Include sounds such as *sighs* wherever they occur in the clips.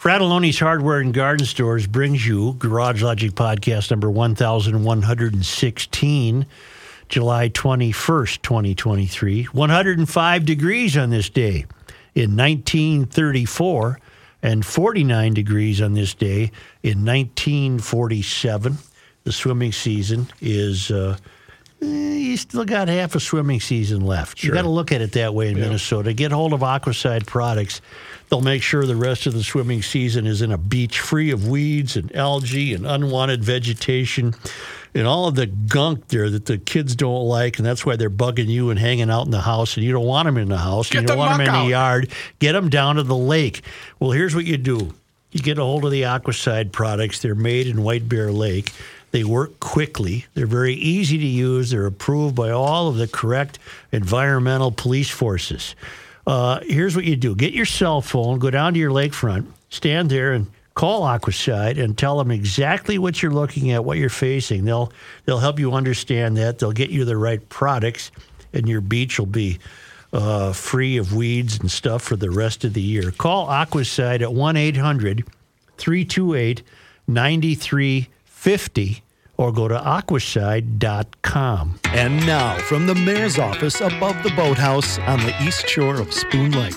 Fratelloni's Hardware and Garden Stores brings you Garage Logic Podcast number 1116, July 21st, 2023. 105 degrees on this day in 1934, and 49 degrees on this day in 1947. The swimming season is. Uh, eh, you still got half a swimming season left. You got to look at it that way in Minnesota. Get hold of Aquaside Products. They'll make sure the rest of the swimming season is in a beach free of weeds and algae and unwanted vegetation and all of the gunk there that the kids don't like. And that's why they're bugging you and hanging out in the house. And you don't want them in the house. and Get you don't the want them in muck the out. yard. Get them down to the lake. Well, here's what you do you get a hold of the Aquaside products, they're made in White Bear Lake. They work quickly. They're very easy to use. They're approved by all of the correct environmental police forces. Uh, here's what you do get your cell phone, go down to your lakefront, stand there and call Aquaside and tell them exactly what you're looking at, what you're facing. They'll, they'll help you understand that. They'll get you the right products, and your beach will be uh, free of weeds and stuff for the rest of the year. Call Aquaside at 1 800 328 9350 or go to aquaside.com. And now, from the mayor's office above the boathouse on the east shore of Spoon Lake,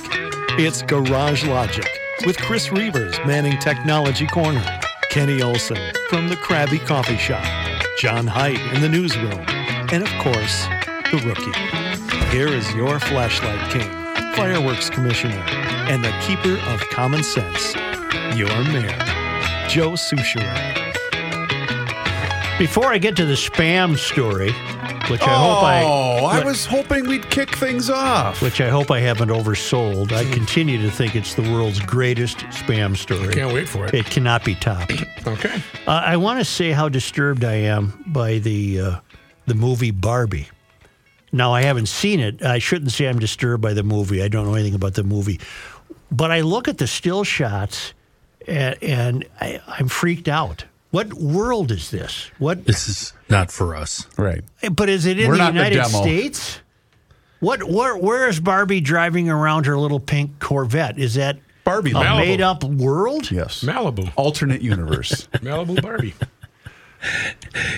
it's Garage Logic with Chris Reavers manning Technology Corner, Kenny Olson from the Krabby Coffee Shop, John Height in the newsroom, and of course, the rookie. Here is your flashlight king, fireworks commissioner, and the keeper of common sense, your mayor, Joe Sushiro. Before I get to the spam story, which I hope I. Oh, I was hoping we'd kick things off. Which I hope I haven't oversold. I continue to think it's the world's greatest spam story. Can't wait for it. It cannot be topped. Okay. Uh, I want to say how disturbed I am by the uh, the movie Barbie. Now I haven't seen it. I shouldn't say I'm disturbed by the movie. I don't know anything about the movie, but I look at the still shots, and, and I, I'm freaked out. What world is this? What? This is not for us. Right. But is it in We're the not the United demo. States? What? Where, where is Barbie driving around her little pink Corvette? Is that Barbie a Land. made up world? Yes. Malibu. Alternate universe. Malibu Barbie.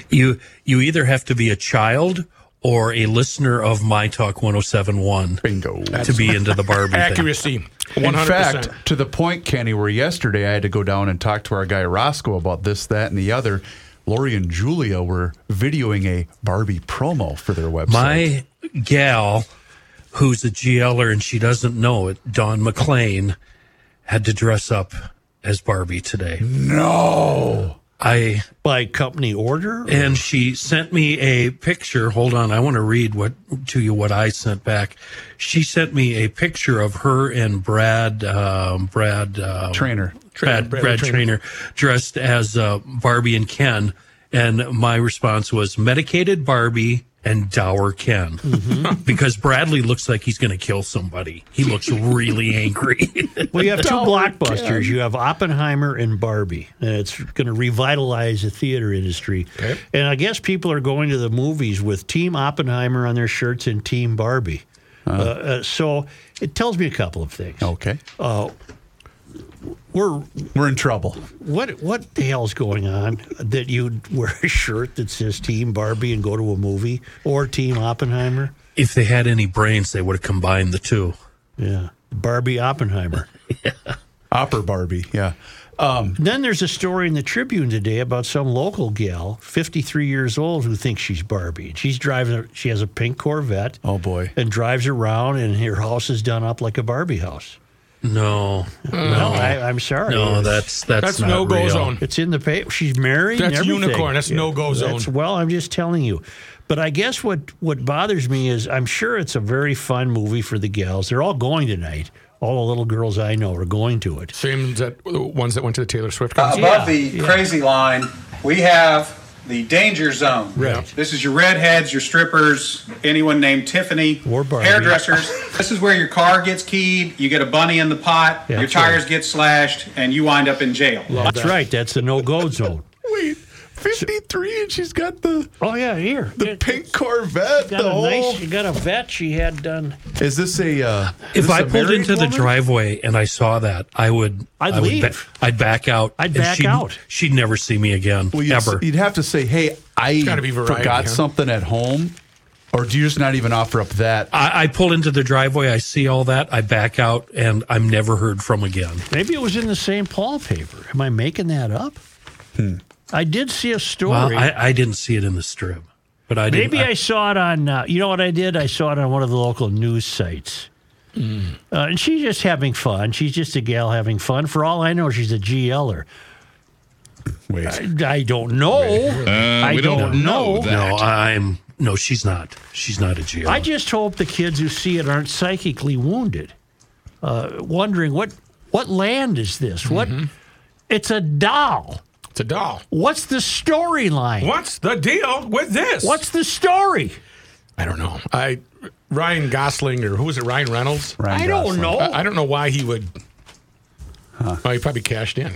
You you either have to be a child or a listener of My Talk 1071 Bingo. to be into the Barbie thing. Accuracy. *laughs* 100%. In fact, to the point, Kenny, where yesterday I had to go down and talk to our guy Roscoe about this, that, and the other. Lori and Julia were videoing a Barbie promo for their website. My gal, who's a GLer and she doesn't know it, Dawn McLean, had to dress up as Barbie today. no. I By company order? and she sent me a picture. Hold on, I want to read what to you what I sent back. She sent me a picture of her and Brad um, Brad um, Trainer. Brad, Brad, Trainer dressed as uh, Barbie and Ken, and my response was medicated Barbie and dour Ken, *laughs* because Bradley looks like he's going to kill somebody. He looks really angry. *laughs* Well, you have two blockbusters. You have Oppenheimer and Barbie, and it's going to revitalize the theater industry. And I guess people are going to the movies with Team Oppenheimer on their shirts and Team Barbie. Uh, uh, so it tells me a couple of things. Okay. We're We're in trouble. what what the hell's going on that you'd *laughs* wear a shirt that says Team Barbie and go to a movie or Team Oppenheimer? if they had any brains, they would have combined the two. Yeah, Barbie Oppenheimer. Opera Barbie. Yeah. Then there's a story in the Tribune today about some local gal, 53 years old, who thinks she's Barbie. And She's driving. A, she has a pink Corvette Oh, boy. and drives around, and her house is done up like a Barbie house. No, Mm. No, I, I'm sorry. no, It's- that's that's, That's not no go real. zone. It's in the paper. She's married. and That's everything. unicorn. That's no-go that's- zone. well, I'm just telling you. But I guess what what bothers me is I'm sure it's a very fun movie for the gals. They're all going tonight. all the little girls I know are going to it. Same as that the ones that went to the Taylor Swift Uh, concert. Yeah, above the crazy line, we have the danger zone. Right. This is your redheads, your strippers, anyone named Tiffany, Or Barbie. hairdressers. this is where your car gets keyed, you get a bunny in the pot, Yeah, your that's right. tires get slashed, and you wind up in jail. That's right. That's the no *laughs* go zone. Wait, 53 and she's got the, Oh yeah, here. the pink Corvette. got The a whole, nice. You got a vet she had done. Is this a. Uh, is If this I a pulled married into the woman? driveway and I saw that, I would. I'd I would leave. ba- I'd back out. I'd and back she'd- out. She'd never see me again, Well, you'd, ever. s- you'd have to say, hey, I gotta be variety, forgot huh? something at home. Or do you just not even offer up that? I, I pull into the driveway. I see all that. I back out, and I'm never heard from again. Maybe it was in the St. Paul paper. Am I making that up? I did see a story. Well, I, I didn't see it in the strip, but I didn't- Maybe I, saw it on. Uh, you know what I did? I saw it on one of the local news sites. Uh, and she's just having fun. She's just a gal having fun. For all I know, she's a GLer. Wait. I don't know. I we don't know that. No, I'm no. She's not. She's not a geo. I just hope the kids who see it aren't psychically wounded, uh, wondering what what land is this? What? Mm-hmm. It's a doll. It's a doll. What's the storyline? What's the deal with this? What's the story? I don't know. I Ryan Gosling or who was it? Ryan Reynolds. I don't know. I, I don't know why he would. Well, he probably cashed in.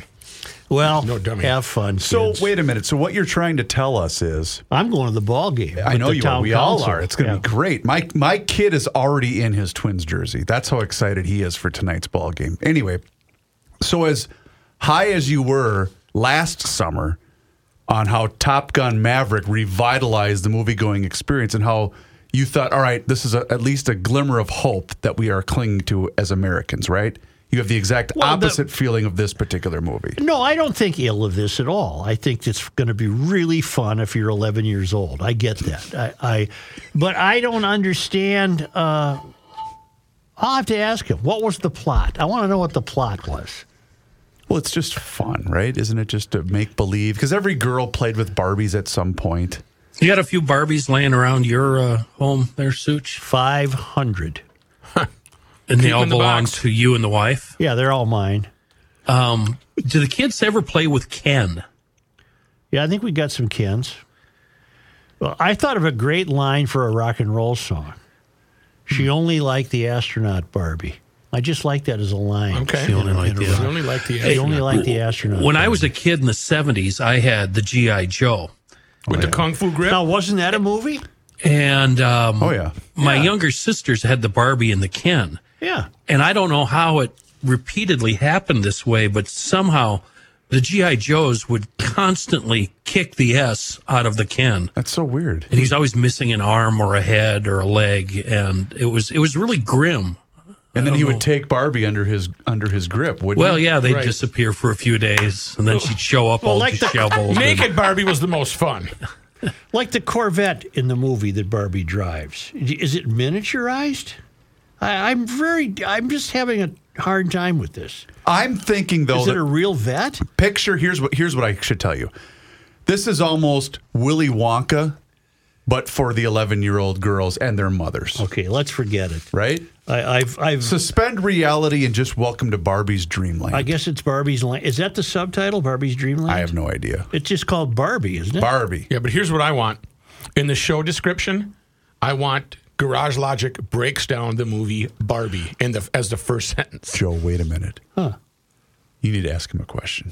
well, No dummy. have fun. So kids. wait a minute. So what you're trying to tell us is I'm going to the ball game. I with know the you are. town We all council. are. It's going to Yeah. be great. My my kid is already in his Twins jersey. That's how excited he is for tonight's ball game. Anyway, so as high as you were last summer on how Top Gun Maverick revitalized the movie going experience and how you thought, all right, this is a, at least a glimmer of hope that we are clinging to as Americans, right? You have the exact Well, the- opposite feeling of this particular movie. No, I don't think ill of this at all. I think it's going to be really fun if you're 11 years old. I get that. I, I but I don't understand. Uh, I'll have to ask him. What was the plot? I want to know what the plot was. Well, it's just fun, right? Isn't it just to make believe? Because every girl played with Barbies at some point. you got a few Barbies laying around your uh, home there, Such, 500. and they them all in the belong box. to you and the wife. Yeah, they're all mine. Do the kids ever play with Ken? Yeah, I think we got some Kens. Well, I thought of a great line for a rock and roll song. She only liked the astronaut Barbie. I just like that as a line. Okay. She only liked the He only liked the. She only astronaut. liked the astronaut. When I was a kid in the 70s, I had the GI Joe, with the kung fu grip. Now, wasn't that a movie? and um, Oh yeah, my younger sisters had the Barbie and the Ken. Yeah. and I don't know how it repeatedly happened this way, but somehow the GI Joes would constantly kick the S out of the Ken, that's so weird. and he's always missing an arm or a head or a leg, and it was it was really grim. And then he would take Barbie under his under his grip. Wouldn't Well, he? yeah, they'd Right. disappear for a few days, and then she'd show up all like the- disheveled. and- Naked Barbie was the most fun. Like the Corvette in the movie that Barbie drives. Is it miniaturized? I, I'm very, I'm just having a hard time with this. I'm thinking though Is Oh, that it a real vet? picture. Here's what here's what I should tell you. This is almost Willy Wonka, but for the 11 year old girls and their mothers. Okay, let's forget it. Right? I, I've, I've, Suspend reality and just welcome to Barbie's dreamland. I I, guess it's Barbie's Land. Is that the subtitle, Barbie's Dreamland? have no idea. It's just called Barbie, isn't it? Barbie. Yeah, but here's what I want. In the show description, I want Garage Logic breaks down the movie Barbie in the as the first sentence. Joe, wait a minute. Huh? You need to ask him a question.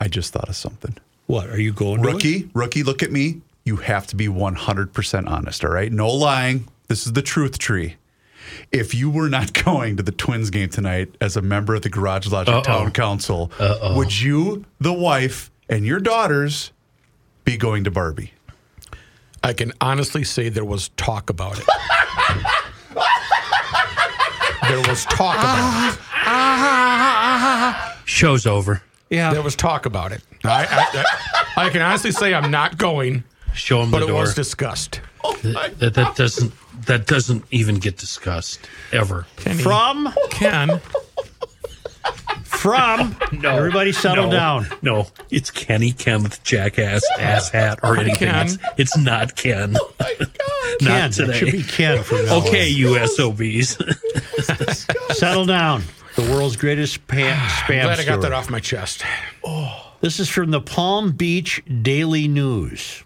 I just thought of something. what are you going? to it? Rookie, rookie, look at me. You have to be 100% honest, all right? No lying. This is the truth tree. If you were not *laughs* going to the Twins game tonight as a member of the Garage Logic Town Council, would you, the wife, and your daughters be going to Barbie? I can honestly say there was talk about it. there was talk about it. Show's over. There was talk about it. I, I, I, I can honestly say I'm not going, Show them but the it door. was discussed. that, that doesn't that doesn't even get discussed ever. From, Ken, from. no. Everybody settle *laughs* No, down. No, it's Kenny Ken with jackass, ass hat, or anything Ken. else. It's not Ken. *laughs* not Ken. It should today. be Ken from now on. *laughs* Okay, you SOBs. Settle down. the world's greatest *sighs* spam, spam Glad I got that story. off my chest. This is from the Palm Beach Daily News,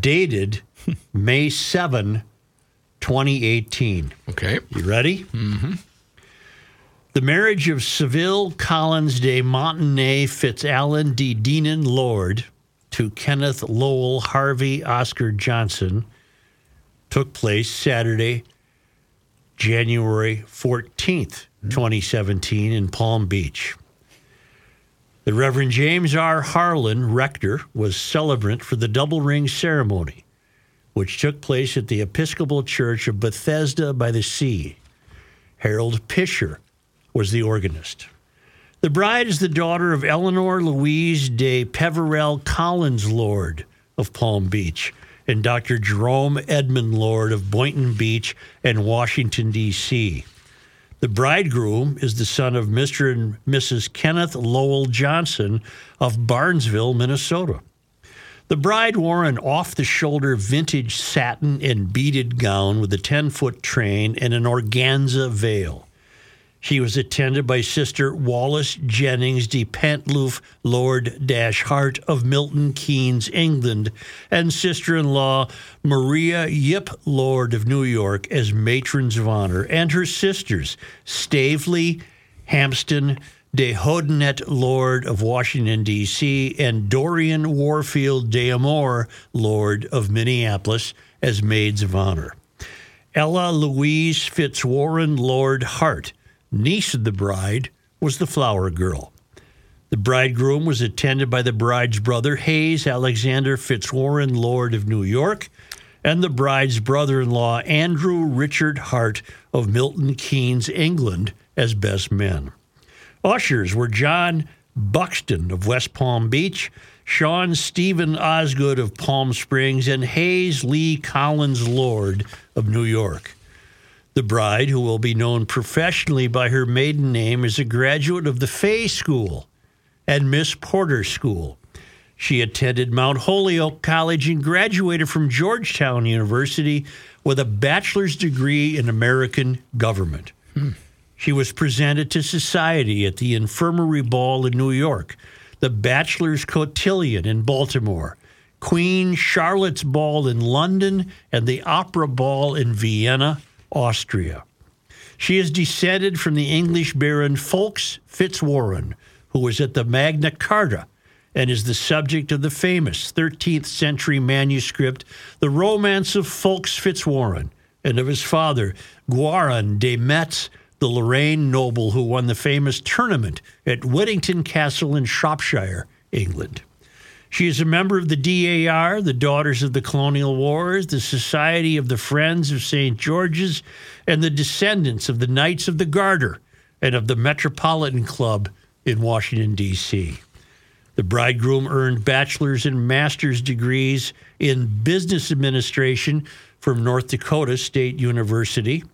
dated *laughs* May 7, 2018. Okay. You ready? Mm-hmm. The marriage of Seville Collins de Montenay Fitzalan de Deanan Lord to Kenneth Lowell Harvey Oscar Johnson took place Saturday, January 14th, 2017, in Palm Beach. The Reverend James R. Harlan, rector, was celebrant for the double ring ceremony, which took place at the Episcopal Church of Bethesda by the Sea. Harold Pisher was the organist. The bride is the daughter of Eleanor Louise de Peverell Collins Lord of Palm Beach and Dr. Jerome Edmund Lord of Boynton Beach and Washington, D.C. The bridegroom is the son of Mr. and Mrs. Kenneth Lowell Johnson of Barnesville, Minnesota. The bride wore an off the shoulder vintage satin and beaded gown with a 10 foot train and an organza veil. She was attended by Sister Wallace Jennings de Pantloof Lord Dash Hart of Milton Keynes, England, and sister in law Maria Yip Lord of New York as matrons of honor, and her sisters Stavely, Hampston, de Hodenet Lord of Washington, D.C., and Dorian Warfield de Amore Lord of Minneapolis as maids of honor. Ella Louise Fitzwarren Lord Hart, niece of the bride, was the flower girl. The bridegroom was attended by the bride's brother, Hayes Alexander Fitzwarren Lord of New York, and the bride's brother in law, Andrew Richard Hart of Milton Keynes, England, as best men. Ushers were John Buxton of West Palm Beach, Sean Stephen Osgood of Palm Springs, and Hayes Lee Collins Lord of New York. The bride, who will be known professionally by her maiden name, is a graduate of the Fay School and Miss Porter School. She attended Mount Holyoke College and graduated from Georgetown University with a bachelor's degree in American government. She was presented to society at the Infirmary Ball in New York, the Bachelor's Cotillion in Baltimore, Queen Charlotte's Ball in London, and the Opera Ball in Vienna, Austria. She is descended from the English Baron Fawkes Fitzwarren, who was at the Magna Carta and is the subject of the famous 13th century manuscript, The Romance of Fawkes Fitzwarren, and of his father, Guarin de Metz, the Lorraine noble who won the famous tournament at Whittington Castle in Shropshire, England. She is a member of the DAR, the Daughters of the Colonial Wars, the Society of the Friends of St. George's, and the descendants of the Knights of the Garter and of the Metropolitan Club in Washington, D.C. The bridegroom earned bachelor's and master's degrees in business administration from North Dakota State University.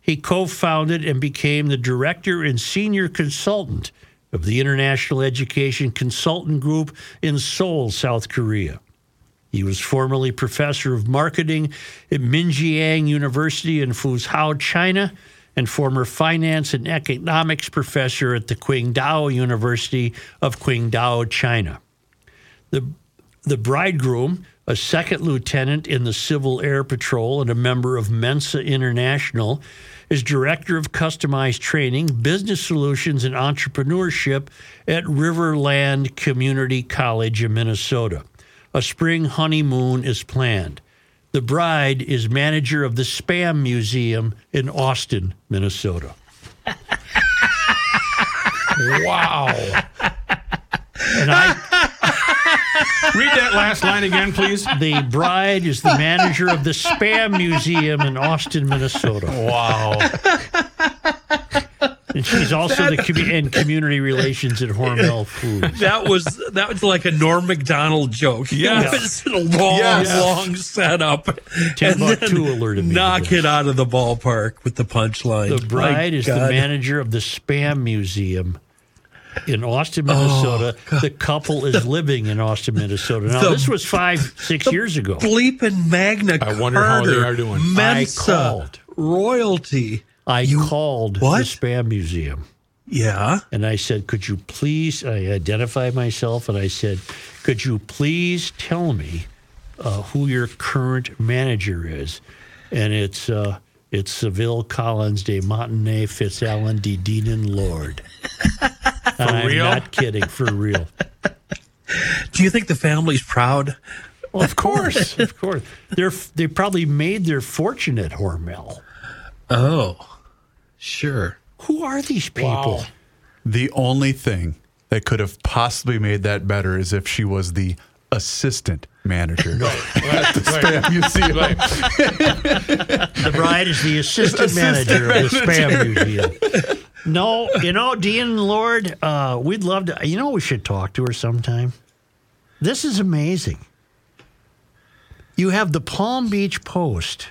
He co founded and became the director and senior consultant of the International Education Consultant Group in Seoul, South Korea. He was formerly professor of marketing at Minjiang University in Fuzhou, China, and former finance and economics professor at the Qingdao University of Qingdao, China. The, the bridegroom, a second lieutenant in the Civil Air Patrol and a member of Mensa International, is director of customized training, business solutions, and entrepreneurship at Riverland Community College in Minnesota. A spring honeymoon is planned. The bride is manager of the Spam Museum in Austin, Minnesota. Wow. And I Read that last line again, please. the bride is the manager of the Spam Museum in Austin, Minnesota. Wow. And she's also the commu- and community relations at *laughs* Hormel Foods. That was that was like a Norm Macdonald joke. *laughs* Yeah, it's a long, Yes. long setup. And then Timbuktu alerted me. to knock this. it out of the ballpark with the punchline. The My bride is the God. manager of the Spam Museum in Austin, Minnesota. the couple is living in Austin, Minnesota. Now, Oh, The- this was five, six years ago. bleeping Magna I wonder how they Carta, are doing. Mensa I called. royalty. I called what? the Spam Museum. Yeah. And I said, Could you please? I identified myself and I said, Could you please tell me uh, who your current manager is? And it's uh, it's Seville Collins de Montenay Fitzallen de Deanan *laughs* Lord. For I'm real? not kidding, for real. Do you think the family's proud? of course, of course. They're they probably made their fortune at Hormel. Oh, sure. Who are these people? Wow. The only thing that could have possibly made that better is if she was the assistant manager *laughs* at the Spam Museum. The bride is the assistant, manager of the spam museum. No, you know, Dean Lord, uh, we'd love to. You know, we should talk to her sometime. This is amazing. You have the Palm Beach Post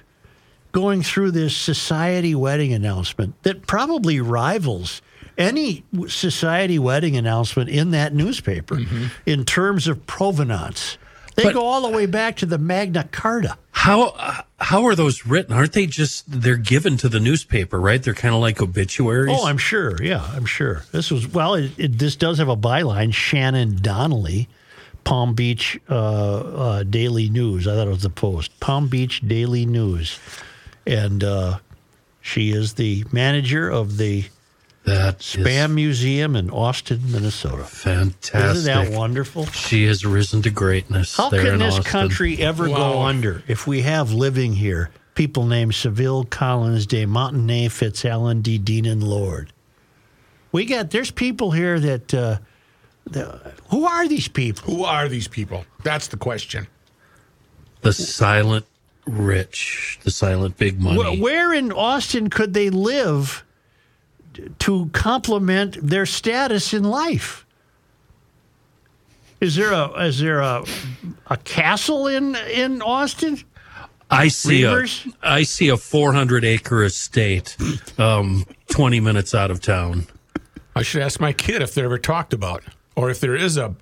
going through this society wedding announcement that probably rivals any w- society wedding announcement in that newspaper in terms of provenance. They But- go all the way back to the Magna Carta. How uh, how are those written? Aren't they just they're given to the newspaper, right? They're kind of like obituaries. Oh, I'm sure. Yeah, I'm sure. This was well. It, it, this does have a byline: Shannon Donnelly, Palm Beach uh, uh, Daily News. I thought it was the Post. Palm Beach Daily News, and uh, she is the manager of the that is Spam Museum in Austin, Minnesota. fantastic. Isn't that wonderful? She has risen to greatness. How there can in this Austin. country ever go Wow. under if we have living here people named Seville, Collins, De Montenay, Fitzallen, D. Dean, and Lord? We got there's people here that, uh, that who are these people? Who are these people? That's the question. the silent rich, the silent big money? Wh- Where in Austin could they live t- to complement their status in life? Is there a is there a a castle in in Austin? I see Reavers? a I see a 400 acre estate, um, 20 minutes out of town. I should ask my kid if they're ever talked about or if there is a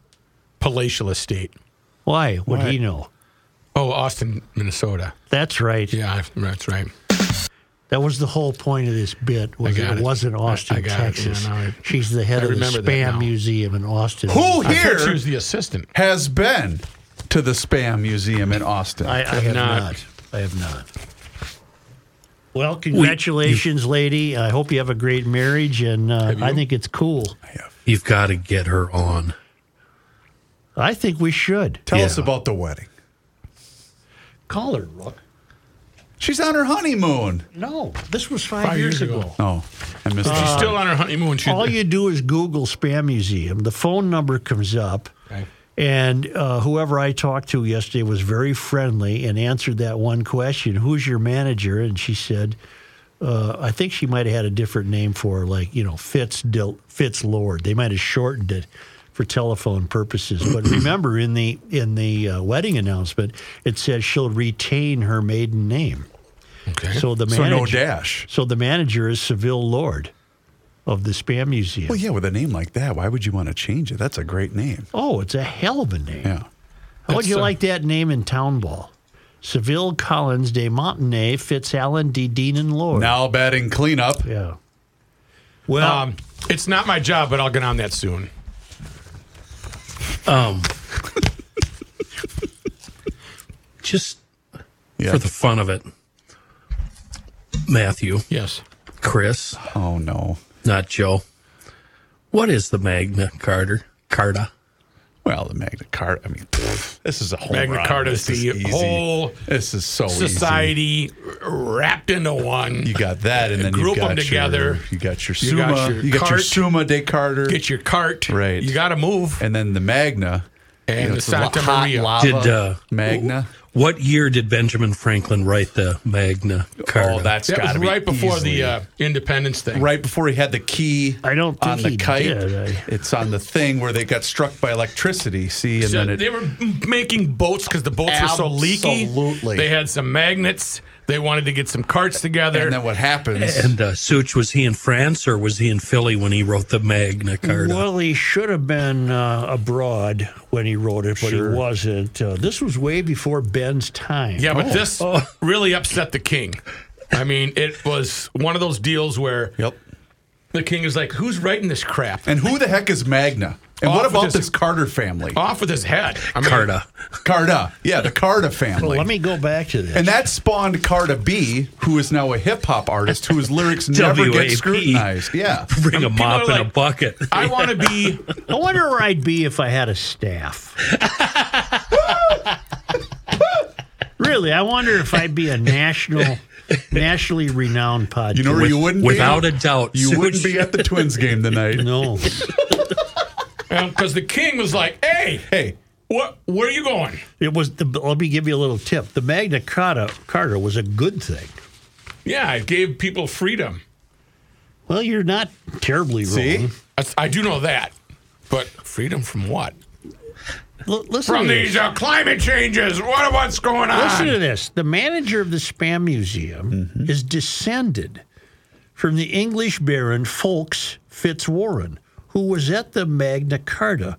palatial estate. Why would he know? Oh, Austin, Minnesota. That's right. Yeah, that's right. That was the whole point of this bit. Was I got it, it. wasn't I- Austin, I got it. Yeah, Texas? now I- She's the head I of the remember that Spam now. Museum in Austin. Who I thought she here was the assistant. has been to the Spam Museum in Austin? I, I have not. not. I have not. Well, congratulations, lady. I hope you have a great marriage, and uh, I think it's cool. You've got to get her on. I think we should Tell us Yeah. about the wedding. call her. Rook. She's on her honeymoon. No, this was five, Five years, years ago. ago. Oh, I missed She's it. still on her honeymoon. She, All you do is Google Spam Museum. The phone number comes up. Okay. And uh, whoever I talked to yesterday was very friendly and answered that one question Who's your manager? And she said, uh, I think she might have had a different name for her, like, you know, Fitz, Dil- Fitz Lord. They might have shortened it for telephone purposes. *clears throat* But remember, in the, in the uh, wedding announcement, it says she'll retain her maiden name. okay. So the So manager, no dash. so the manager is Seville Lord of the Spam Museum. Well, yeah, with a name like that, why would you want to change it? That's a great name. Oh, it's a hell of a name. Yeah. How would That's, you uh, like that name in town ball? Seville Collins de Montenay Fitzallen de Dean and Lord. Now batting cleanup. Yeah. Well, um, it's not my job, but I'll get on that soon. Um, just Yeah. for the fun of it, Matthew, Yes. Chris, oh no. not Joe. What is the Magna Carter Carta? Well, the Magna Carta. I mean, pfft, this is a home Magna run. Carta This is the easy. whole This is so easy. Society wrapped into one. You got that, and then Group you got 'em your- together. You got your You Summa. got You got your, your cart. Summa de Carter. Get your cart. Right. You got to move. and then the Magna. And the it's a lo- Santa hot Maria. lava Did uh, Magna? What year did Benjamin Franklin write the Magna Carta? Oh, that's That was gotta be right before easily- the uh, Independence thing. right before he had the key. I don't think on the he kite. did. I- It's on the thing where they got struck by electricity. See, and So then it, they were m- making boats because the boats were so leaky. Absolutely. They had some magnets. They wanted to get some carts together. and then what happens? And uh, Such, was he in France or was he in Philly when he wrote the Magna Carta? well, he should have been uh, abroad when he wrote it, but he wasn't. Uh, this was way before Ben's time. yeah, Oh. but this really upset the king. I mean, it was one of those deals where yep. The king is like, who's writing this crap? And who the heck is Magna? And what Off with about his- this Carter family? Off with his head. I mean, Carta. Carta. Yeah, the Carta family. Well, let me go back to this. And that spawned Carta B, who is now a hip hop artist whose *laughs* lyrics never get WAP. scrutinized. Yeah. Bring a And people mop are in a like, bucket. I want to be. I wonder where I'd be if I had *laughs* a staff. really, I wonder if I'd be a national, nationally renowned podcast. You know where you wouldn't Without be? a doubt. You wouldn't *laughs* be at the Twins game tonight. no. Because um, the king was like, hey, Hey, what, where are you going? *laughs* It was. The, let me give you a little tip. The Magna Carta, Carta was a good thing. Yeah, it gave people freedom. Well, you're not terribly wrong. see? That's, I do know that. But freedom from what? L- listen From to this. these uh, climate changes. What what's going on? Hmm. Listen to this. The manager of the Spam Museum is descended from the English baron Fawkes Fitzwarren, who was at the Magna Carta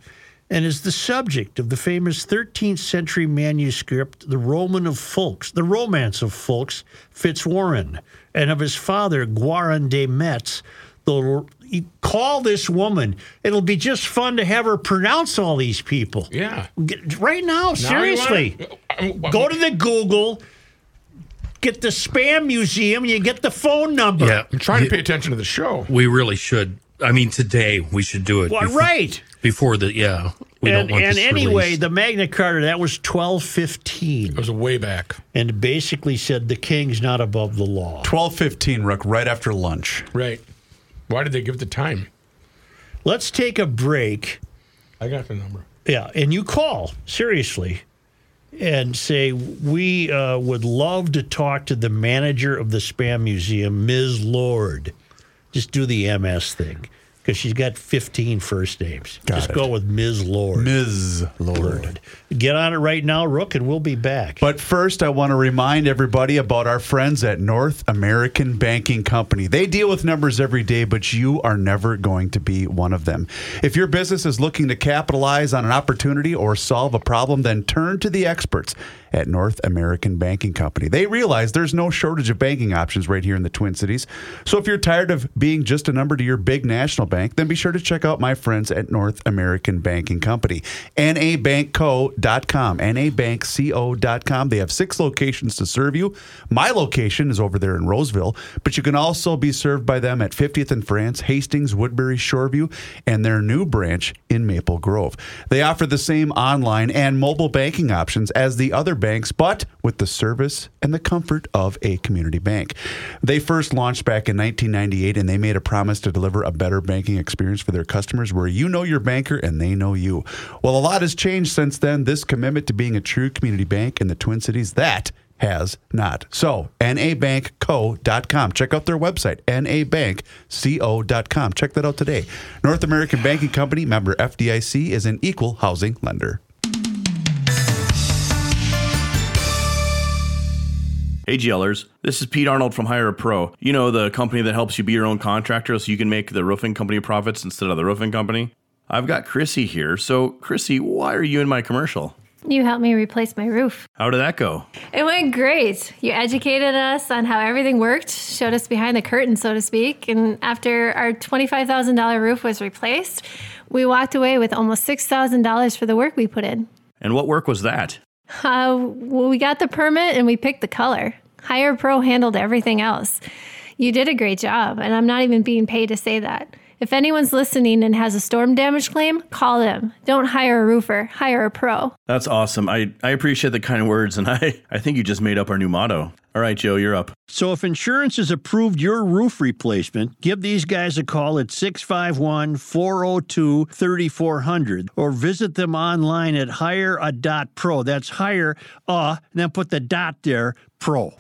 and is the subject of the famous 13th century manuscript, The Roman of Fawkes, The Romance of Fawkes Fitzwarren, and of his father, Guarin de Metz. The, you call this woman. It'll be just fun to have her pronounce all these people. Yeah. Get- Right now, Now you seriously. wanna- Go to the Google, get the spam museum, you get the phone number. Yeah. I'm trying to pay attention to the show. We really should. I mean, today we should do it. Well, before- right. Before the, yeah. We and don't want and this anyway, released. the Magna Carta, that was 1215, It was way back, and basically said the king's not above the law. 1215, Rook, right after lunch. right? Why did they give the time? Let's take a break. I got the number. Yeah, and you call seriously and say we uh, would love to talk to the manager of the spam museum, Ms. Lord. Just do the MS thing because she's got 15 first names. Just go with Ms. Lord. Ms. Lord. Get on it right now, Rook, and we'll be back. But first, I want to remind everybody about our friends at North American Banking Company. They deal with numbers every day, but you are never going to be one of them. If your business is looking to capitalize on an opportunity or solve a problem, then turn to the experts at North American Banking Company. They realize there's no shortage of banking options right here in the Twin Cities. So if you're tired of being just a number to your big national bank, then be sure to check out my friends at North American Banking Company, nabankco.com, nabankco.com. They have six locations to serve you. My location is over there in Roseville, but you can also be served by them at 50th and France, Hastings, Woodbury, Shoreview, and their new branch in Maple Grove. They offer the same online and mobile banking options as the other banks, but with the service and the comfort of a community bank. They first launched back in 1998 and they made a promise to deliver a better banking experience for their customers where you know your banker and they know you. Well, a lot has changed since then. This commitment to being a true community bank in the Twin Cities, that has not. So, nabankco.com. Check out their website, nabankco.com. Check that out today. North American Banking Company, member FDIC, is an equal housing lender. Hey GLers, this is Pete Arnold from Hire a Pro. You know, the company that helps you be your own contractor so you can make the roofing company profits instead of the roofing company. I've got Chrissy here. So, Chrissy, why are you in my commercial? You helped me replace my roof. How did that go? It went great. You educated us on how everything worked, showed us behind the curtain, so to speak. And after our $25,000 roof was replaced, we walked away with almost $6,000 for the work we put in. And what work was that? Uh, well, we got the permit and we picked the color. Hire Pro handled everything else. You did a great job, and I'm not even being paid to say that. If anyone's listening and has a storm damage claim, call them. Don't hire a roofer, hire a pro. That's awesome. I, I appreciate the kind words, and *laughs* I, I think you just made up our new motto. All right, Joe, you're up. So if insurance has approved your roof replacement, give these guys a call at 651-402-3400 or visit them online at hire a dot pro. That's hire a, and then put the dot there, pro.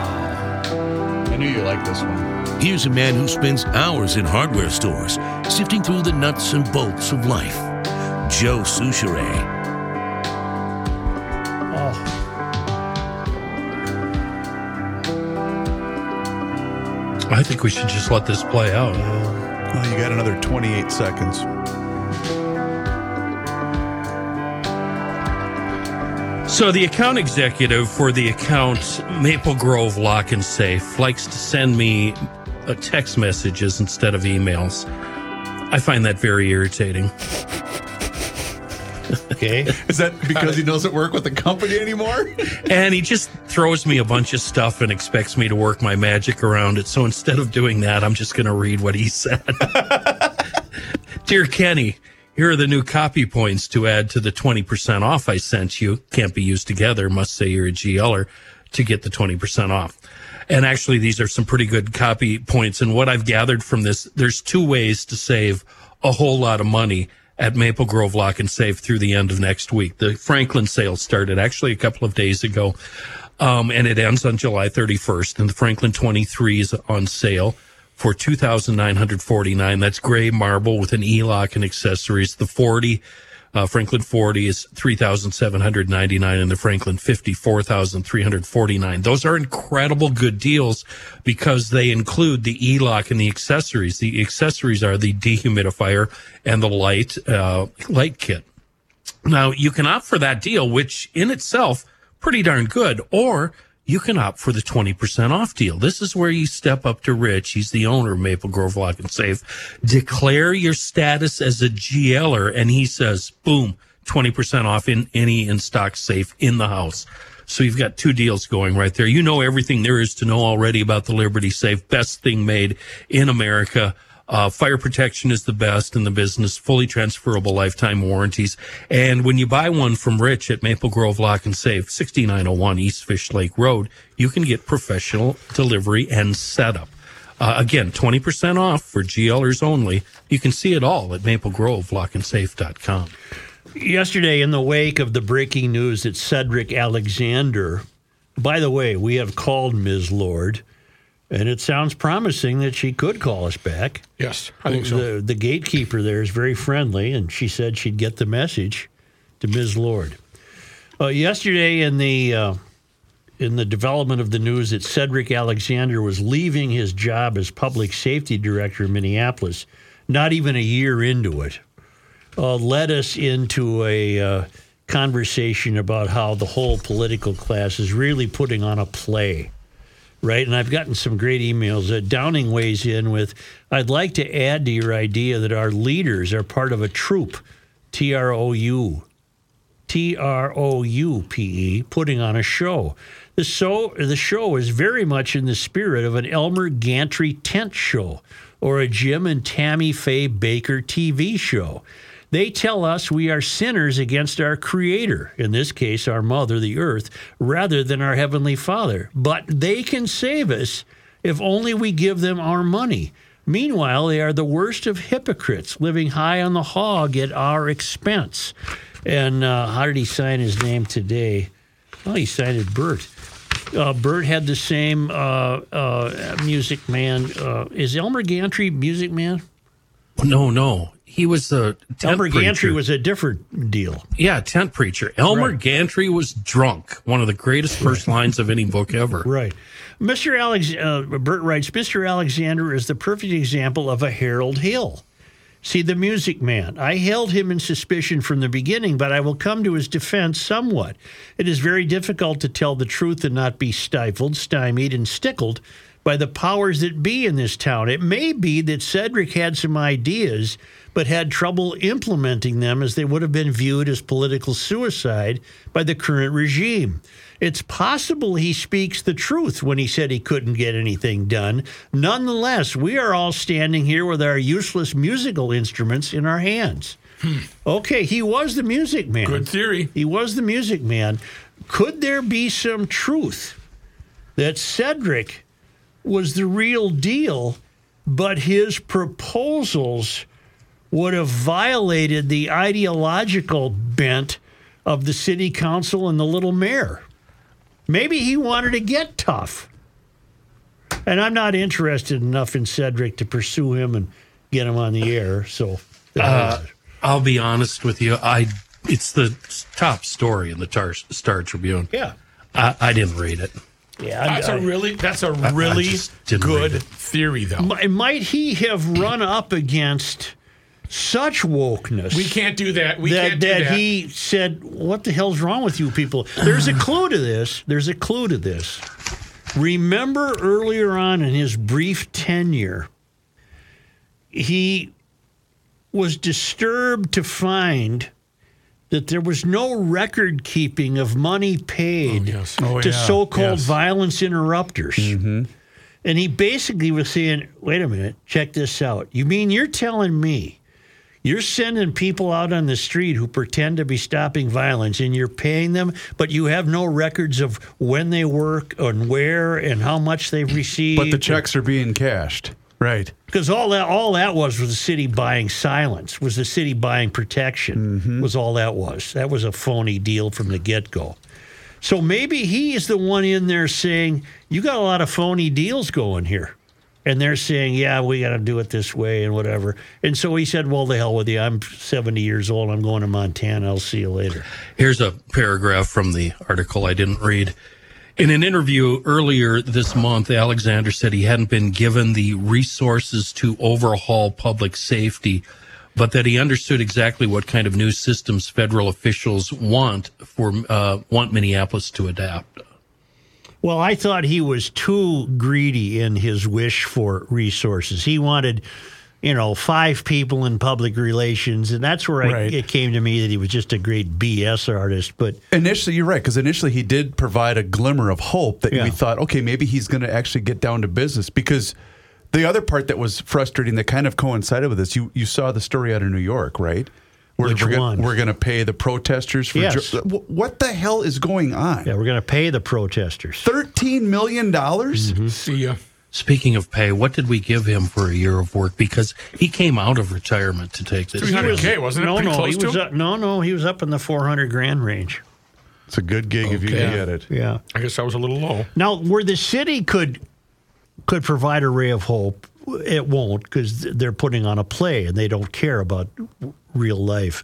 I knew you liked this one. Here's a man who spends hours in hardware stores sifting through the nuts and bolts of life. Joe Souchere. Oh, I think we should just let this play out. Well, Oh, you got another 28 seconds. So the account executive for the account Maple Grove Lock and Safe likes to send me uh, text messages instead of emails. I find that very irritating. Okay. Is that because *laughs* he doesn't work with the company anymore? and he just throws me a bunch of stuff and expects me to work my magic around it. So instead of doing that, I'm just going to read what he said. Dear Kenny, here are the new copy points to add to the 20% off I sent you. Can't be used together. Must say you're a GLer to get the 20% off. And actually, these are some pretty good copy points. And what I've gathered from this, there's two ways to save a whole lot of money at Maple Grove Lock and Save through the end of next week. The Franklin sale started actually a couple of days ago, um, and it ends on July 31st. And the Franklin 23 is on sale for 2949 That's gray marble with an E-lock and accessories. The 40, uh, Franklin 40 is 3799 and the Franklin 50, 4349 Those are incredible good deals because they include the E-lock and the accessories. The accessories are the dehumidifier and the light, uh, light kit. Now you can opt for that deal, which in itself pretty darn good, or you can opt for the 20% off deal. This is where you step up to Rich. He's the owner of Maple Grove Lock and Safe. Declare your status as a GLer and he says, boom, 20% off in any in stock safe in the house. So you've got two deals going right there. You know everything there is to know already about the Liberty Safe. Best thing made in America. Uh, fire protection is the best in the business, fully transferable lifetime warranties. And when you buy one from Rich at Maple Grove Lock and Save, 6901 East Fish Lake Road, you can get professional delivery and setup. Uh, again, 20% off for GLers only. You can see it all at maplegrovelockandsafe.com. Yesterday, in the wake of the breaking news that Cedric Alexander, by the way, we have called Ms. Lord, and it sounds promising that she could call us back. Yes, I think so. The, the gatekeeper there is very friendly, and she said she'd get the message to Ms. Lord. Uh, yesterday, in the uh, in the development of the news that Cedric Alexander was leaving his job as public safety director in Minneapolis, not even a year into it, uh, led us into a uh, conversation about how the whole political class is really putting on a play right? And I've gotten some great emails. Uh, Downing weighs in with I'd like to add to your idea that our leaders are part of a troop, T R O U. T R O U P E, putting on a show. The, so, the show is very much in the spirit of an Elmer Gantry tent show or a Jim and Tammy Faye Baker TV show. They tell us we are sinners against our Creator, in this case, our Mother, the Earth, rather than our Heavenly Father. But they can save us if only we give them our money. Meanwhile, they are the worst of hypocrites, living high on the hog at our expense. And uh, how did he sign his name today? Well, he cited Bert. Uh, Bert had the same uh, uh, Music Man. Uh, is Elmer Gantry Music Man? Oh, No, no. He was the tent Elmer Gantry preacher. was a different deal. Yeah, tent preacher. Elmer Right. Gantry was drunk. One of the greatest first lines of any *laughs* book ever. Right. Mr. Alex, uh, Bert writes, Mr. Alexander is the perfect example of a Harold Hill. See, the music man. I held him in suspicion from the beginning, but I will come to his defense somewhat. It is very difficult to tell the truth and not be stifled, stymied, and stickled by the powers that be in this town. It may be that Cedric had some ideas, but had trouble implementing them as they would have been viewed as political suicide by the current regime. It's possible he speaks the truth when he said he couldn't get anything done. Nonetheless, we are all standing here with our useless musical instruments in our hands. Okay, he was the music man. Hmm. Good theory. He was the music man. Could there be some truth that Cedric was the real deal, but his proposals would have violated the ideological bent of the city council and the little mayor? Maybe he wanted to get tough. And I'm not interested enough in Cedric to pursue him and get him on the air. So, I'll be honest with you. I it's the top story in the Tar, Star Tribune. yeah. I, I didn't read it. Yeah, I- That's a really that's a uh, I really just didn't read good it. theory though. Mi- Might he have run up against such wokeness. We can't do that. We that, can't do that, that. he said, "What the hell's wrong with you people?" There's a clue to this. There's a clue to this. Remember earlier on in his brief tenure, he was disturbed to find that there was no record keeping of money paid yes. to Oh, yeah. so-called Yes. Mm-hmm. violence interrupters. And he basically was saying, "Wait a minute, check this out. You mean you're telling me?" You're sending people out on the street who pretend to be stopping violence and you're paying them, but you have no records of when they work and where and how much they've received. But the checks are being cashed. Right. Because all that, all that was was the city buying silence, was the city buying protection, was all that was. That was a phony deal from the get go. So maybe he is the one in there saying, You got a lot of phony deals going here. And they're saying, Yeah, we got to do it this way and whatever. And so he said, Well, the hell with you. I'm 70 years old. I'm going to Montana. I'll see you later. Here's a paragraph from the article I didn't read. In an interview earlier this month, Alexander said he hadn't been given the resources to overhaul public safety, but that he understood exactly what kind of new systems federal officials want for uh, want Minneapolis to adapt. Well, I thought he was too greedy in his wish for resources. He wanted, you know, five people in public relations, and that's where I, Right. it came to me that he was just a great BS artist. But Initially, you're right, because initially he did provide a glimmer of hope that Yeah. we thought, okay, maybe he's going to actually get down to business. Because the other part that was frustrating that kind of coincided with this, you, you saw the story out of New York, right? Where Which we're gonna- one? We're going to pay the protesters for. Yes. Wh- what the hell is going on? yeah, we're going to pay the protesters. $13 million? dollars Mm-hmm. See ya. Speaking of pay, what did we give him for a year of work? Because he came out of retirement to take this. 300 K, wasn't it? No, Pretty no, close he was uh, to? up, no, no, he was up in the four hundred grand range. It's a good gig if you Okay. can get it. Yeah. I guess I was a little low. Now, where the city could could provide a ray of hope, it won't because they're putting on a play and they don't care about real life.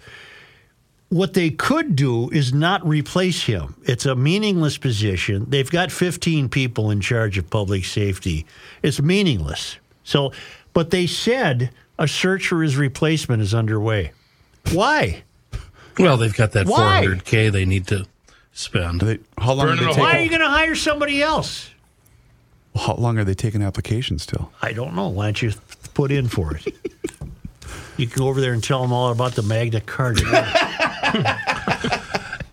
What they could do is not replace him. It's a meaningless position. They've got 15 people in charge of public safety. It's meaningless. So, but they said a search for his replacement is underway. Why? Well, they've got that Why? 400k they need to spend. Do they- how long Burn are it they all. taking? Why are you going to hire somebody else? How long are they taking applications till? I don't know. Why don't you put in for it? you can go over there and tell them all about the Magna Carta.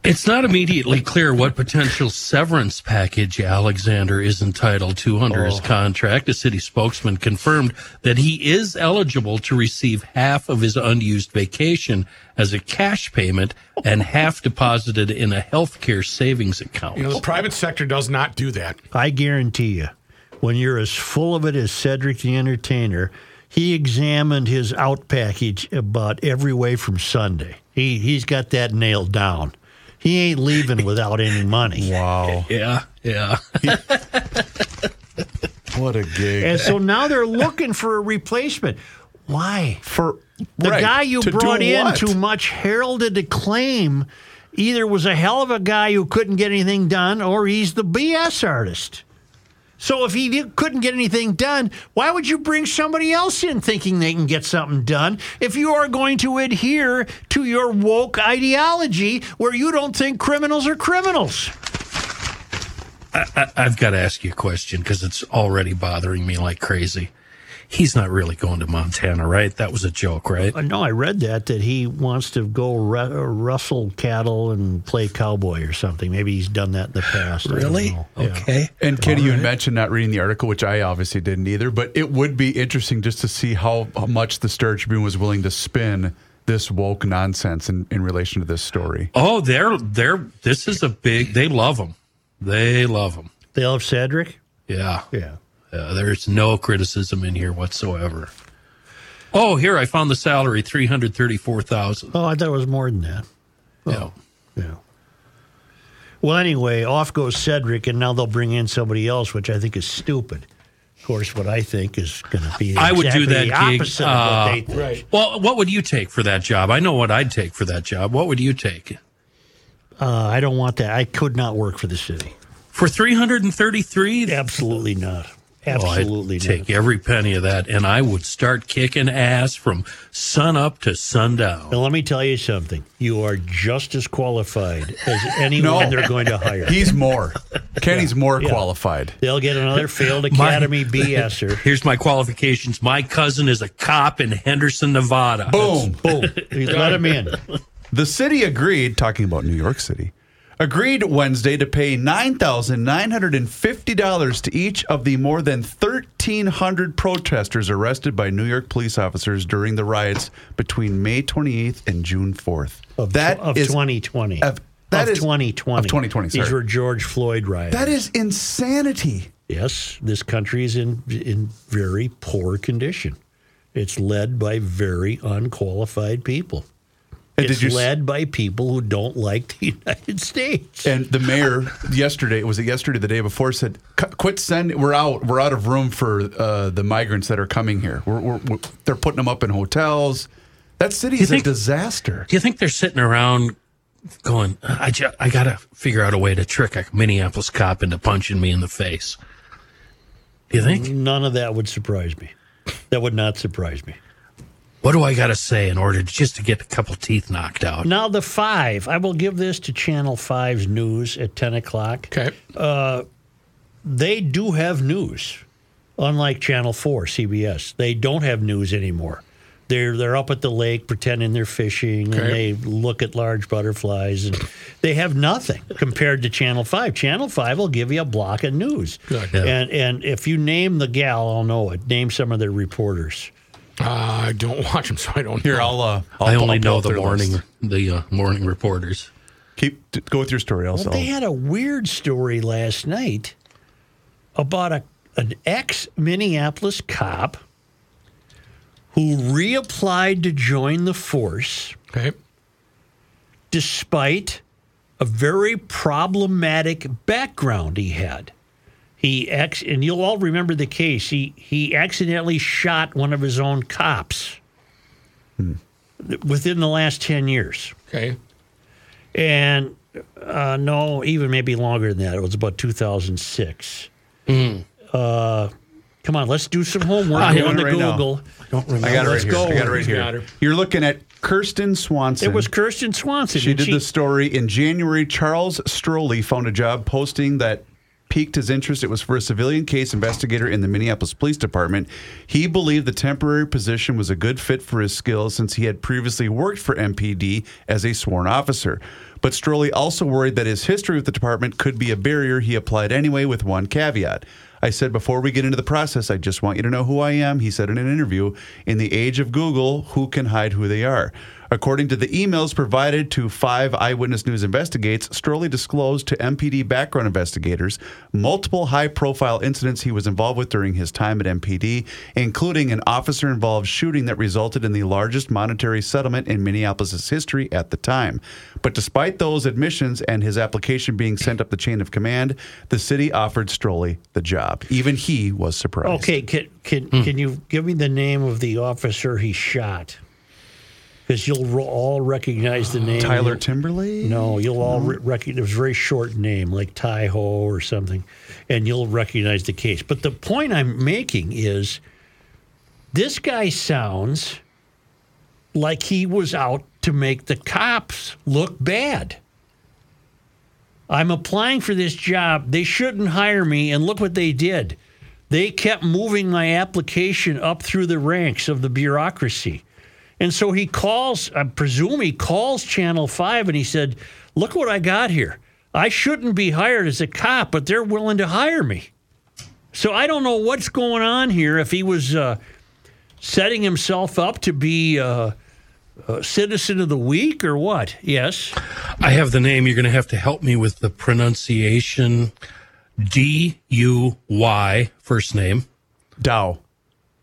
It's not immediately clear what potential severance package Alexander is entitled to under his contract. A city spokesman confirmed that he is eligible to receive half of his unused vacation as a cash payment and half deposited in a healthcare savings account. You know, the private sector does not do that. I guarantee you, when you're as full of it as Cedric the Entertainer, he examined his out package about every way from Sunday. He he's got that nailed down. He ain't leaving without any money. Wow. yeah, yeah. what a gig. *laughs* And so now they're looking for a replacement. Why? for The right, guy you to do brought in what? to much heralded acclaim either was a hell of a guy who couldn't get anything done or he's the BS artist. So if he did, couldn't get anything done, why would you bring somebody else in thinking they can get something done if you are going to adhere to your woke ideology where you don't think criminals are criminals? I've got to ask you a question because it's already bothering me like crazy. He's not really going to Montana, right? That was a joke, right? Uh, No, I read that that he wants to go ru- rustle cattle and play cowboy or something. Maybe he's done that in the past. I don't Really? know. Yeah. Okay. And Kenny, you had mentioned not reading the article, which I obviously didn't either, but it would be interesting just to see how, how much the Star Tribune was willing to spin this woke nonsense in, in relation to this story. Oh, they're they're. This is a big. They love him. They love him. They love Cedric. Yeah. Yeah. Uh, there's no criticism in here whatsoever. Oh, here I found the salary three hundred thirty-four thousand. Oh, I thought it was more than that. Yeah. Yeah. Well, anyway, off goes Cedric, and now they'll bring in somebody else, which I think is stupid. Of course, what I think is going to be I would do exactly that the gig, uh, opposite of what they think. Right. Well, what would you take for that job? I know what I'd take for that job. What would you take Uh, I don't want that. I could not work for the city. for three hundred and thirty-three? Absolutely not. Absolutely Oh, I'd not. take every penny of that, and I would start kicking ass from sun up to sundown. Now, let me tell you something. You are just as qualified as *laughs* anyone No. they're going *laughs* to hire. He's more. Kenny's more qualified. They'll get another failed My- academy BSer. Here's my qualifications. My cousin is a cop in Henderson, Nevada. Boom. Boom. *laughs* Let him in. The city agreed, talking about New York City, agreed Wednesday to pay $9,950 to each of the more than 1,300 protesters arrested by New York police officers during the riots between May 28th and June 4th. That of is- 2020. of- that of is- 2020. of 2020, These sorry. were George Floyd riots. That is insanity. yes, this country is in in very poor condition. It's led by very unqualified people. And it's did you s- led by people who don't like the *laughs* United States. And the mayor yesterday, was it yesterday, the day before, said, "Cu- "Quit sending. We're out. We're out of room for uh, the migrants that are coming here. We're, we're, we're, they're putting them up in hotels. That city is a think- disaster." Do you think they're sitting around going, I, ju- I got to figure out a way to trick a Minneapolis cop into punching me in the face? Do you think? None of that would surprise me. That would not surprise me. What do I got to say in order to, just to get a couple teeth knocked out? Now the five. I will give this to Channel 5's news at 10 o'clock. Okay. They do have news, unlike Channel 4, CBS. They don't have news anymore. They're, they're up at the lake pretending they're fishing and they Okay. look at large butterflies and they have nothing compared to Channel 5. Channel 5 will give you a block of news. Good. Yeah. And, and if you name the gal, I'll know it. Name some of their reporters. I don't watch them, so I don't. Here, know. I'll. Uh, I'll I only I'll pull know up the their morning, list. the uh, morning reporters. Keep t- go with your story. Also, Well, they had a weird story last night about a an ex Minneapolis cop who reapplied to join the force Okay. despite a very problematic background he had. He ex and you'll all remember the case. He he accidentally shot one of his own cops within the last ten years Okay. and uh, no, even maybe longer than that. It was about 2006. Uh, come on, let's do some homework. I'm Go doing on it the right now. Google. Don't remember. I got it right Let's here. go. I got it right here. Got her. You're looking at Kirsten Swanson. It was Kirsten Swanson. She and did the story in January. Charles Strolley found a job posting that piqued his interest. It was for a civilian case investigator in the Minneapolis Police Department. He believed the temporary position was a good fit for his skills since he had previously worked for MPD as a sworn officer. But Strolley also worried that his history with the department could be a barrier. He applied anyway with one caveat. I said, before we get into the process, I just want you to know who I am. He said in an interview, in the age of Google, who can hide who they are? According to the emails provided to five Eyewitness News Investigates, Strolley disclosed to MPD background investigators multiple high profile incidents he was involved with during his time at MPD, including an officer involved shooting that resulted in the largest monetary settlement in Minneapolis' history at the time. But despite those admissions and his application being sent up the chain of command, the city offered Strolley the job. Even he was surprised. Okay, can can, can you give me the name of the officer he shot? Because you'll ro- all recognize the name. Tyler Timberlake? No, you'll all re- recognize. It was a very short name, like Tyho or something, and you'll recognize the case. But the point I'm making is, this guy sounds like he was out to make the cops look bad. I'm applying for this job. They shouldn't hire me. And look what they did. They kept moving my application up through the ranks of the bureaucracy. And so he calls, I presume he calls Channel 5 and he said, Look what I got here. I shouldn't be hired as a cop, but they're willing to hire me. So I don't know what's going on here if he was uh, setting himself up to be uh, a citizen of the week or what. Yes. I have the name. You're going to have to help me with the pronunciation. D U Y, first name. Dow.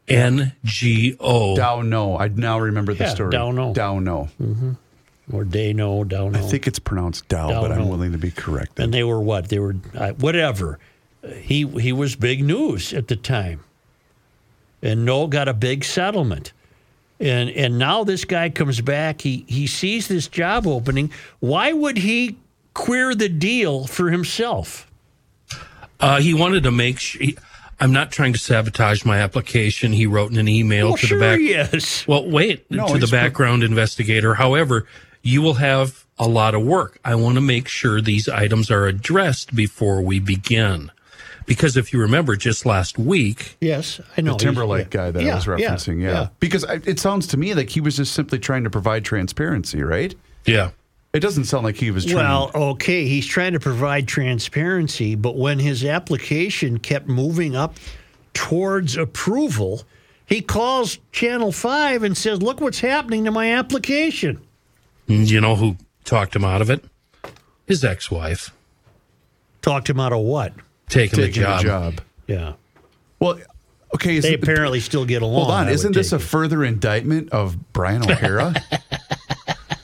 N G O. Dow, no. I now remember the Yeah, story. Dow No. Dow, no. Or day no, down I think it's pronounced Dow, Dow, but I'm no. willing to be corrected. and they were what they were uh, whatever he he was big news at the time and Noel got a big settlement and and now this guy comes back he he sees this job opening why would he queer the deal for himself Uh, he wanted to make sure. I'm not trying to sabotage my application, he wrote in an email Well, to sure, the back. yes. Well, wait, No, to the he's pro- background investigator. However, you will have a lot of work. I want to make sure these items are addressed before we begin. Because if you remember, just last week, Yes, I know. the Timberlake Yeah. guy that Yeah, I was referencing. Yeah, because I, it sounds to me like he was just simply trying to provide transparency, right? yeah, It doesn't sound like he was trying. Well, okay, he's trying to provide transparency, but when his application kept moving up towards approval, he calls Channel 5 and says, Look what's happening to my application. you know who talked him out of it? His ex-wife Talked him out of what? taking, taking the job. a job. Yeah. Well, okay. Is They it- apparently still get along. Hold on. I would Isn't this a take further indictment of Brian *laughs* O'Hara?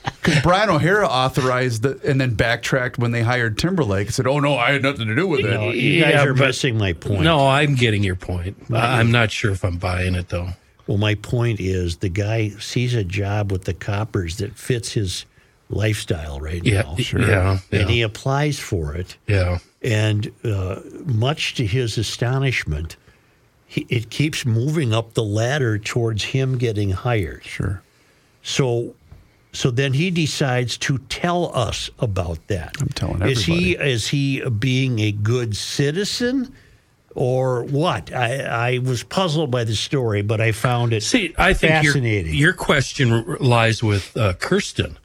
Because Brian O'Hara authorized the, and then backtracked when they hired Timberlake and said, oh, no, I had nothing to do with it. it. You guys Yeah, are but- missing my point. No, I'm getting your point. I- I'm not sure if I'm buying it Oh, though. Well, my point is the guy sees a job with the coppers that fits his lifestyle right Yeah, now. yeah, And he yeah, applies for it. yeah. And uh, much to his astonishment, he, it keeps moving up the ladder towards him getting hired. Sure. So, so then he decides to tell us about that. I'm telling Is he is he being a good citizen, or what? I I was puzzled by the story, but I found it See, I think your, fascinating. your question r- lies with uh, Kirsten,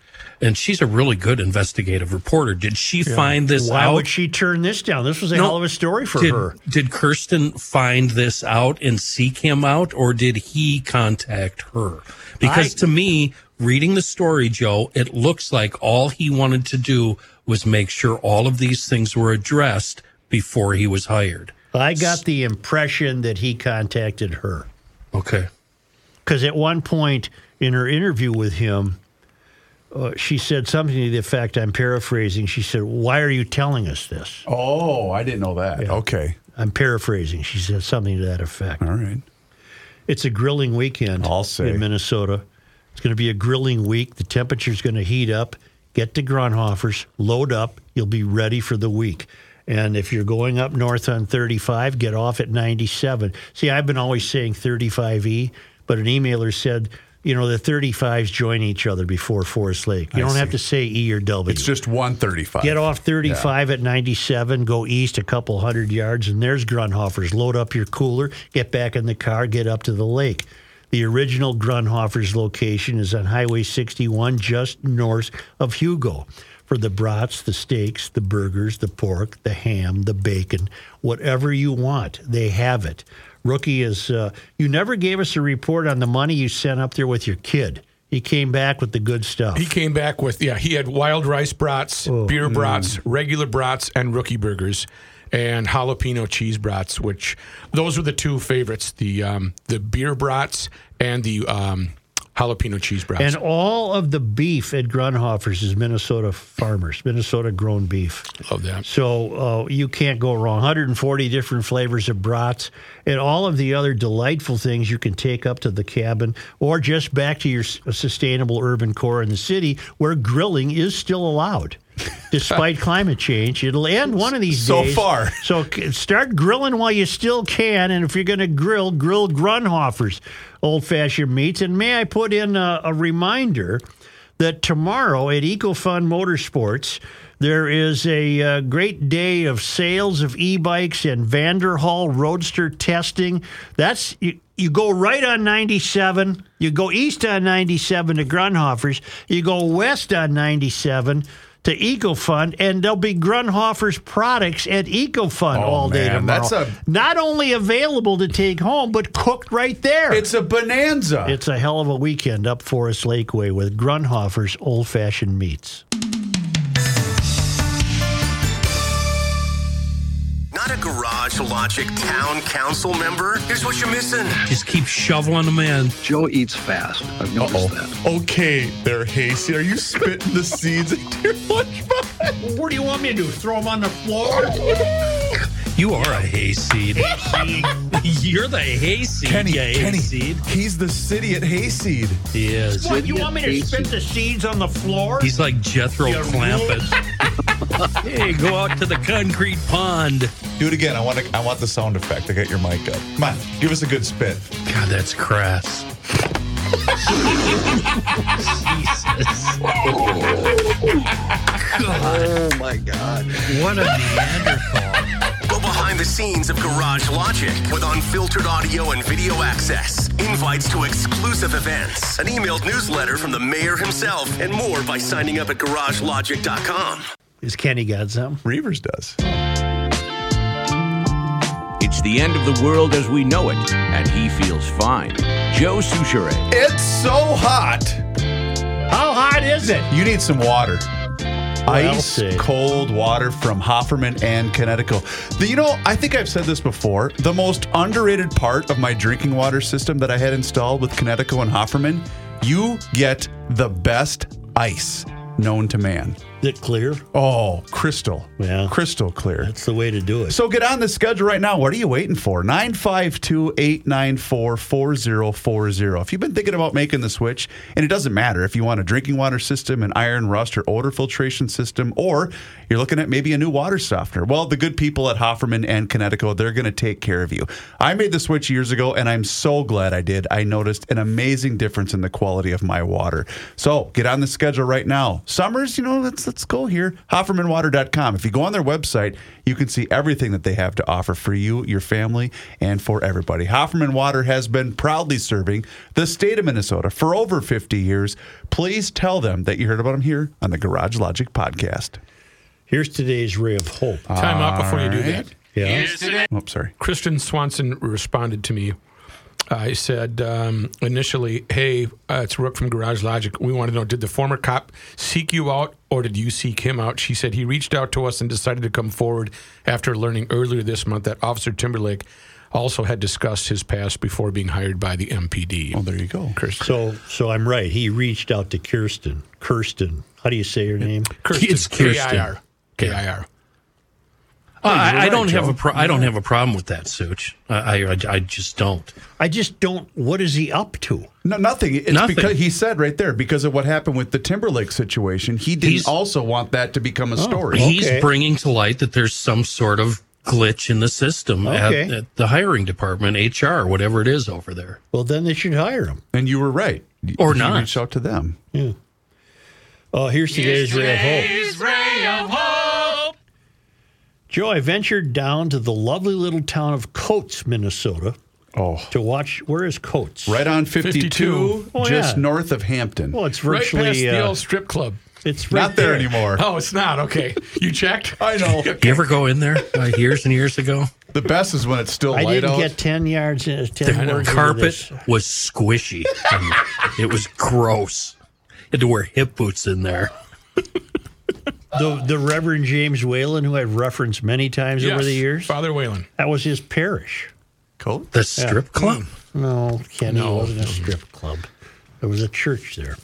and she's a really good investigative reporter. Did she find this Why out? would she turn this down? This was a No, hell of a story for did, her. Did Kirsten find this out and seek him out, or did he contact her? Because I- to me, reading the story, Joe, it looks like all he wanted to do was make sure all of these things were addressed before he was hired. I got the impression that he contacted her. Okay. because at one point in her interview with him, uh, she said something to the effect I'm paraphrasing. She said, Why are you telling us this? Oh, I didn't know that. Okay. I'm paraphrasing. She said something to that effect. All right. It's a grilling weekend I'll say. in Minnesota. It's going to be a grilling week. The temperature's going to heat up. Get to Grunhofer's, load up. You'll be ready for the week. And if you're going up north on 35, get off at 97. See, I've been always saying 35E, but an emailer said, you know, the 35s join each other before Forest Lake. You don't have to say E or W. It's just 135. Get off 35 at 97, go east a couple hundred yards, and there's Grunhofer's. Load up your cooler, get back in the car, get up to the lake. The original Grunhofer's location is on Highway 61, just north of Hugo. For the brats, the steaks, the burgers, the pork, the ham, the bacon, whatever you want, they have it. Rookie is, uh, you never gave us a report on the money you sent up there with your kid. He came back with the good stuff. He came back with yeah. He had wild rice brats, beer brats, regular brats, and rookie burgers, and jalapeno cheese brats. Which those were the two favorites: the um, the beer brats and the um, jalapeno cheese brats. And all of the beef at Grunhofer's is Minnesota farmers, Minnesota grown beef. Love that. So uh, you can't go wrong. 140 different flavors of brats and all of the other delightful things you can take up to the cabin or just back to your s- uh, sustainable urban core in the city where grilling is still *laughs* allowed. Despite climate change, it'll end one of these So days. far. *laughs* So c- start grilling while you still can, and if you're going to grill, grill Grunhofer's old-fashioned meats. And may I put in a, a reminder that tomorrow at EcoFun Motorsports there is a uh, great day of sales of e-bikes and Vanderhall Roadster testing. That's you, you go right on 97, you go east on 97 to Grunhofer's, you go west on 97 to EcoFund, and there'll be Grunhofer's products at EcoFund all day Oh, man, tomorrow. that's a- Not only available to take home, but cooked right there. It's a bonanza. It's a hell of a weekend up Forest Lakeway with Grunhofer's old fashioned meats. Not a Garage Logic Town Council member? Here's what you're missing. Just keep shoveling them in. Joe eats fast. I've noticed that. okay, there, Hasty. Are you spitting the seeds into your *laughs* lunchbox? What do you want me to do? Throw them on the floor? You are a hayseed. *laughs* You're the hayseed. Kenny, you Kenny, hayseed. he's the city at Hayseed. He is. What, you want me to spit the seeds on the floor? He's like Jethro You *laughs* Clampett. hey, go out to the concrete pond. Do it again. I want to, I want the sound effect. I got your mic up. Come on, give us a good spin. God, that's crass. Oh my God. What a Neanderthal. Go behind the scenes of Garage Logic with unfiltered audio and video access, invites to exclusive events, an emailed newsletter from the mayor himself, and more by signing up at garagelogic.com. Is Kenny got some? Reavers does. It's the end of the world as we know it, and he feels fine. Joe Souchere. It's so hot. How hot is it? You need some water. I'll Ice cold water from Hofferman and Connecticut. The, you know, I think I've said this before. The most underrated part of my drinking water system that I had installed with Connecticut and Hofferman, you get the best ice known to man. Is it clear? Oh, crystal. Yeah. Crystal clear. That's the way to do it. So get on the schedule right now. What are you waiting for? 952 894 4040. If you've been thinking about making the switch, and it doesn't matter if you want a drinking water system, an iron rust or odor filtration system, or you're looking at maybe a new water softener, well, the good people at Hofferman and Connecticut, they're going to take care of you. I made the switch years ago, and I'm so glad I did. I noticed an amazing difference in the quality of my water. So get on the schedule right now. Summers, you know, let's let's go here. HoffermanWater.com. If you go on their website, you can see everything that they have to offer for you, your family, and for everybody. Hofferman Water has been proudly serving the state of Minnesota for over 50 years. Please tell them that you heard about them here on the Garage Logic podcast. Here's today's ray of hope. Time out before you do that. Yeah. Oops, sorry. Kristen Swanson responded to me. I said um, initially, "Hey, uh, it's Rook from Garage Logic. We want to know: Did the former cop seek you out, or did you seek him out?" She said he reached out to us and decided to come forward after learning earlier this month that Officer Timberlake also had discussed his past before being hired by the MPD. Oh, there you go, Kirsten. So, so I'm right. He reached out to Kirsten. Kirsten. How do you say her name? Kirsten. It's Kirsten. K-I-R. K-I-R. Oh, Uh, I, I don't have a pro- problem. I don't have a problem with that, Such. I, I I just don't. I just don't. What is he up to? No, nothing. It's Nothing. because he said right there because of what happened with the Timberlake situation. He didn't also want that to become a story. He's bringing to light that there's some sort of glitch in the system at- Okay. at, the hiring department, HR, whatever it is over there. Well, then they should hire him. And you were right. Or He not. reached out to them. Yeah. Oh, here's today's ray of hope. Ray of Hope. Joe, I ventured down to the lovely little town of Coates, Minnesota. Oh. To watch, where is Coates? Right on 52, 52. Oh, just yeah. north of Hampton. Well, it's Right past virtually. the uh, old strip club. it's right not there anymore. Oh, it's not okay. You *laughs* checked? I know. You ever go in there uh, years and *laughs* years ago? The best is when it's still I light didn't out. get 10 yards in. 10 The words into carpet this. was squishy. I mean, it was gross. You had to wear hip boots in there. The, the Reverend James Whalen, who I've referenced many times over Yes, the years, Father Whalen. that was his parish. Coat? The strip club. No, Kenny No. wasn't a strip club. There was a church there.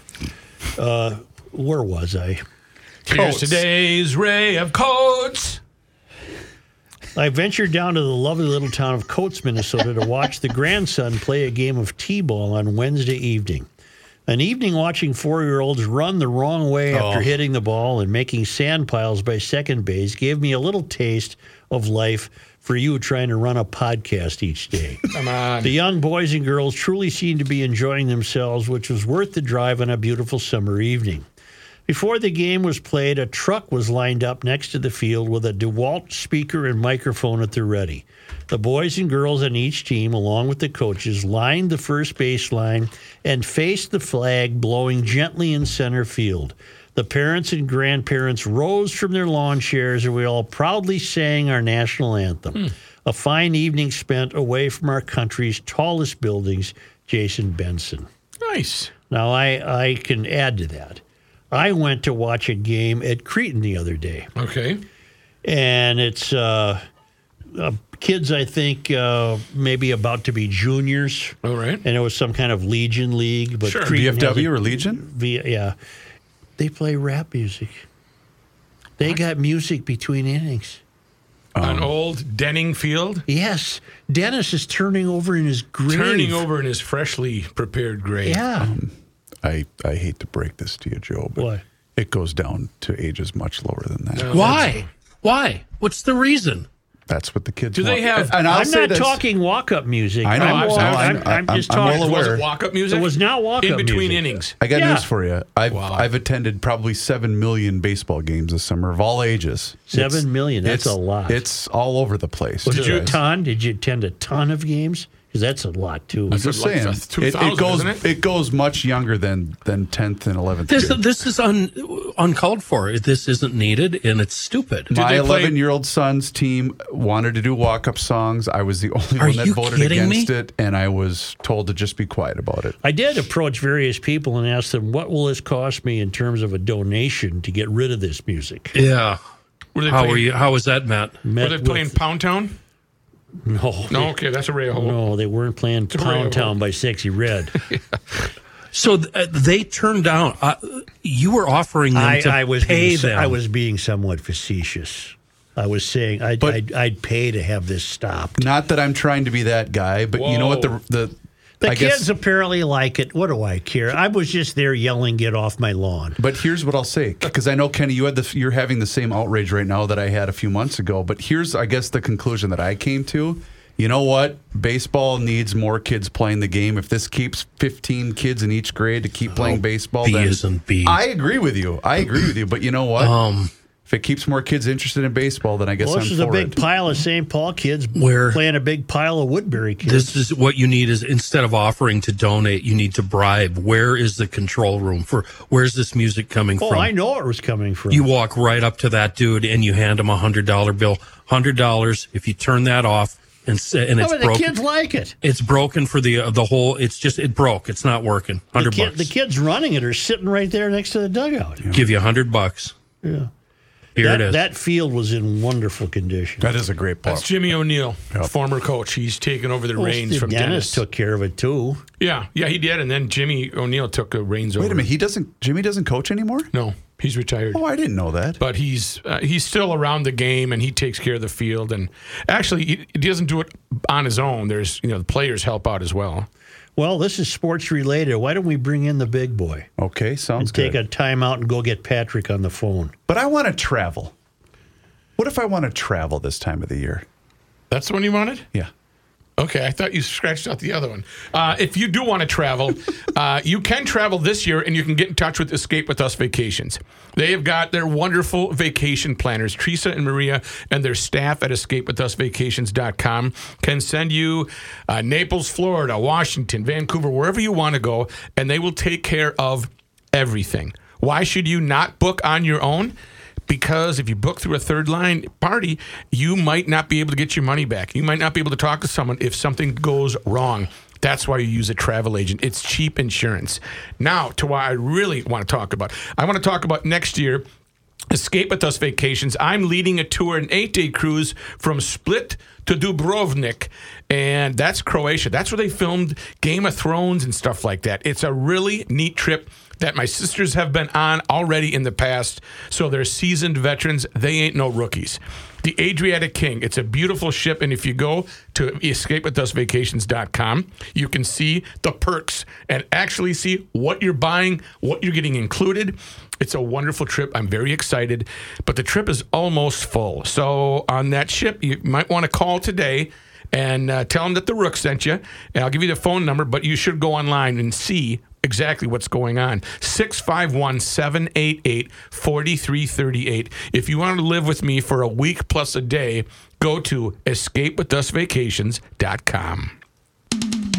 Uh, where was I? Here's Coats. today's ray of coats. I ventured down to the lovely little town of Coates, Minnesota to watch the grandson play a game of T ball on Wednesday evening. An evening watching four year olds run the wrong way after hitting the ball and making sand piles by second base gave me a little taste of life for you trying to run a podcast each day. Come on. The young boys and girls truly seemed to be enjoying themselves, which was worth the drive on a beautiful summer evening. Before the game was played, a truck was lined up next to the field with a DeWalt speaker and microphone at the ready. The boys and girls on each team, along with the coaches, lined the first baseline and faced the flag blowing gently in center field. The parents and grandparents rose from their lawn chairs and we all proudly sang our national anthem. A fine evening spent away from our country's tallest buildings, Jason Benson. Nice. Now, I, I can add to that. I went to watch a game at Cretan the other day, Okay. and it's uh, uh, kids, I think, uh, maybe about to be juniors, All right. and it was some kind of Legion League. But Sure. Cretan has a- BFW or Legion? via yeah. They play rap music. They got music between innings. um, On old Denning Field, Yes, Dennis is turning over in his grave. turning over in his freshly prepared grave. Yeah. I, I hate to break this to you, Joe, but Why? Mm. it goes down to ages much lower than that. Why? Why? What's the reason? That's what the kids Do want. they have? And I'll I'm say not this- talking walk-up music. I know, I'm, I'm- all- I'm- I'm- I'm I'm- just I'm talking. well aware. Was it walk-up music? It was not walk-up in between music. innings. I got Yeah. news for you. I've I've attended probably seven million baseball games this summer of all ages. Seven million, that's it's- a lot. It's all over the place. Did you guys. ton? Did you attend a ton of games? Because that's a lot too. I'm just saying, it, it goes it? goes much younger than than tenth and eleventh. This this is un, uncalled for. This isn't needed, and it's stupid. My 11 year old son's team wanted to do walk up songs. I was the only Are one that you voted kidding me? against it, and I was told to just be quiet about it. I did approach various people and ask them, "What will this cost me in terms of a donation to get rid of this music?" yeah. Were they how playing- were you? How was that, Matt? Were Met they with- playing Pound Town? No, No, okay, that's a ray hole. no, they weren't playing a Pound railroad. Town by Sexy Red. So th- uh, they turned down. Uh, you were offering them *laughs* I, to I was pay being, them. I was being somewhat facetious. I was saying I'd, I'd, I'd pay to have this stopped. Not that I'm trying to be that guy, but you know what? The, the, The I kids guess, apparently like it. What do I care? I was just there yelling, "Get off my lawn!" But here's what I'll say, because I know Kenny, you had the you're having the same outrage right now that I had a few months ago. But here's, I guess, the conclusion that I came to. You know what? Baseball needs more kids playing the game. If this keeps 15 kids in each grade to keep Oh, playing baseball, B then isn't B. I agree with you. I agree with you. But you know what? Um, if it keeps more kids interested in baseball, then I guess Well, this I'm is a for big it. pile of St. Paul kids Where- playing a big pile of Woodbury kids. This is what you need is instead of offering to donate, you need to bribe. Where is the control room for where's this music coming oh, from? I know where it was coming from. You walk right up to that dude and you hand him a hundred dollar bill. Hundred dollars. If you turn that off and say, and Oh, it's but the broken, kids like it. it's broken for the uh, the whole. It's just it broke. It's not working. The, Hundred kid, bucks. the kids running it are sitting right there next to the dugout. Give you a hundred bucks. Yeah. Here that, it is. that field was in wonderful condition. That is a great That's Jimmy O'Neill, former coach. He's taken over the Well, reins Oh, Steve from Dennis, Dennis. took care of it too. yeah, yeah, he did, and then Jimmy O'Neill took the reins over. Wait a minute. He doesn't. Jimmy doesn't coach anymore. No, he's retired. Oh, I didn't know that. but he's uh, he's still around the game and he takes care of the field and actually he, he doesn't do it on his own there's you know the players help out as well Well, this is sports related. Why don't we bring in the big boy? Okay, sounds and take good. a timeout and go get Patrick on the phone. but I want to travel. What if I want to travel this time of the year? that's the one you wanted Yeah. okay i thought you scratched out the other one uh, if you do want to travel uh, you can travel this year and you can get in touch with escape with us vacations they have got their wonderful vacation planners teresa and maria and their staff at escapewithusvacations.com can send you uh, naples florida washington vancouver wherever you want to go and they will take care of everything. Why should you not book on your own? Because if you book through a third line party, you might not be able to get your money back. You might not be able to talk to someone if something goes wrong. That's why you use a travel agent. It's cheap insurance. Now, to what I really want to talk about, I want to talk about next year. Escape with Us Vacations. I'm leading a tour, an eight day cruise from Split to Dubrovnik, and that's Croatia. That's where they filmed Game of Thrones and stuff like that. It's a really neat trip that my sisters have been on already in the past, so they're seasoned veterans. They ain't no rookies. The Adriatic King. It's a beautiful ship, and if you go to escapewithusvacations.com, you can see the perks and actually see what you're buying, what you're getting included. It's a wonderful trip. I'm very excited, but the trip is almost full. So on that ship, you might want to call today and uh, tell them that the Rook sent you. And I'll give you the phone number, but you should go online and see exactly what's going on. 651 788 4338. If you want to live with me for a week plus a day, go to escapewithusvacations.com.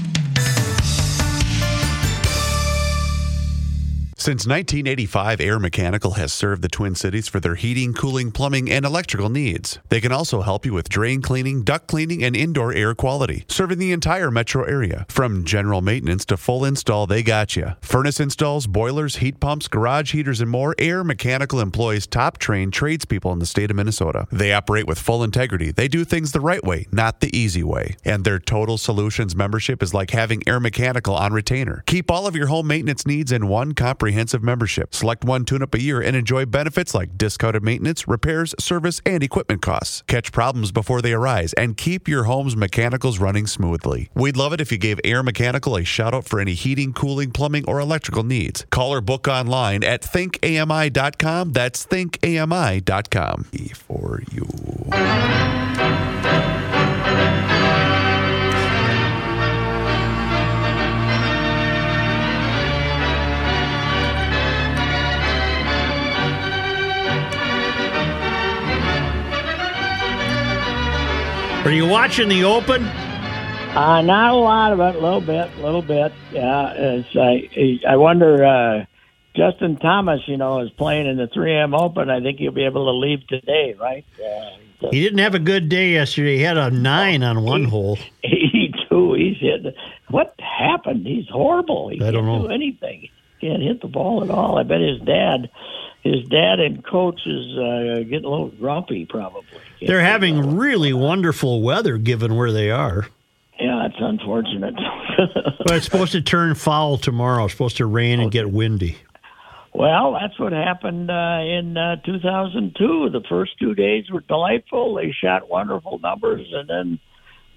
Since 1985, Air Mechanical has served the Twin Cities for their heating, cooling, plumbing, and electrical needs. They can also help you with drain cleaning, duct cleaning, and indoor air quality, serving the entire metro area. From general maintenance to full install, they got you. Furnace installs, boilers, heat pumps, garage heaters, and more, Air Mechanical employs top trained tradespeople in the state of Minnesota. They operate with full integrity. They do things the right way, not the easy way. And their Total Solutions membership is like having Air Mechanical on retainer. Keep all of your home maintenance needs in one comprehensive membership. Select one tune up a year and enjoy benefits like discounted maintenance, repairs, service, and equipment costs. Catch problems before they arise and keep your home's mechanicals running smoothly. We'd love it if you gave Air Mechanical a shout out for any heating, cooling, plumbing, or electrical needs. Call or book online at thinkami.com. That's thinkami.com. E for you. Are you watching the Open? Uh, not a lot of it, a little bit, a little bit. Yeah, it's, I, I wonder, uh, Justin Thomas, you know, is playing in the 3M Open. I think he'll be able to leave today, right? Uh, He didn't have a good day yesterday. He had a nine on one hole. *laughs* he too, he's hit. What happened? He's horrible. He I can't don't know. do anything. He can't hit the ball at all. I bet his dad, his dad and coach is uh, getting a little grumpy, probably. They're having really wonderful weather given where they are. Yeah, it's unfortunate. *laughs* But it's supposed to turn foul tomorrow. It's supposed to rain and get windy. Well, that's what happened uh, in uh, 2002. The first two days were delightful. They shot wonderful numbers, and then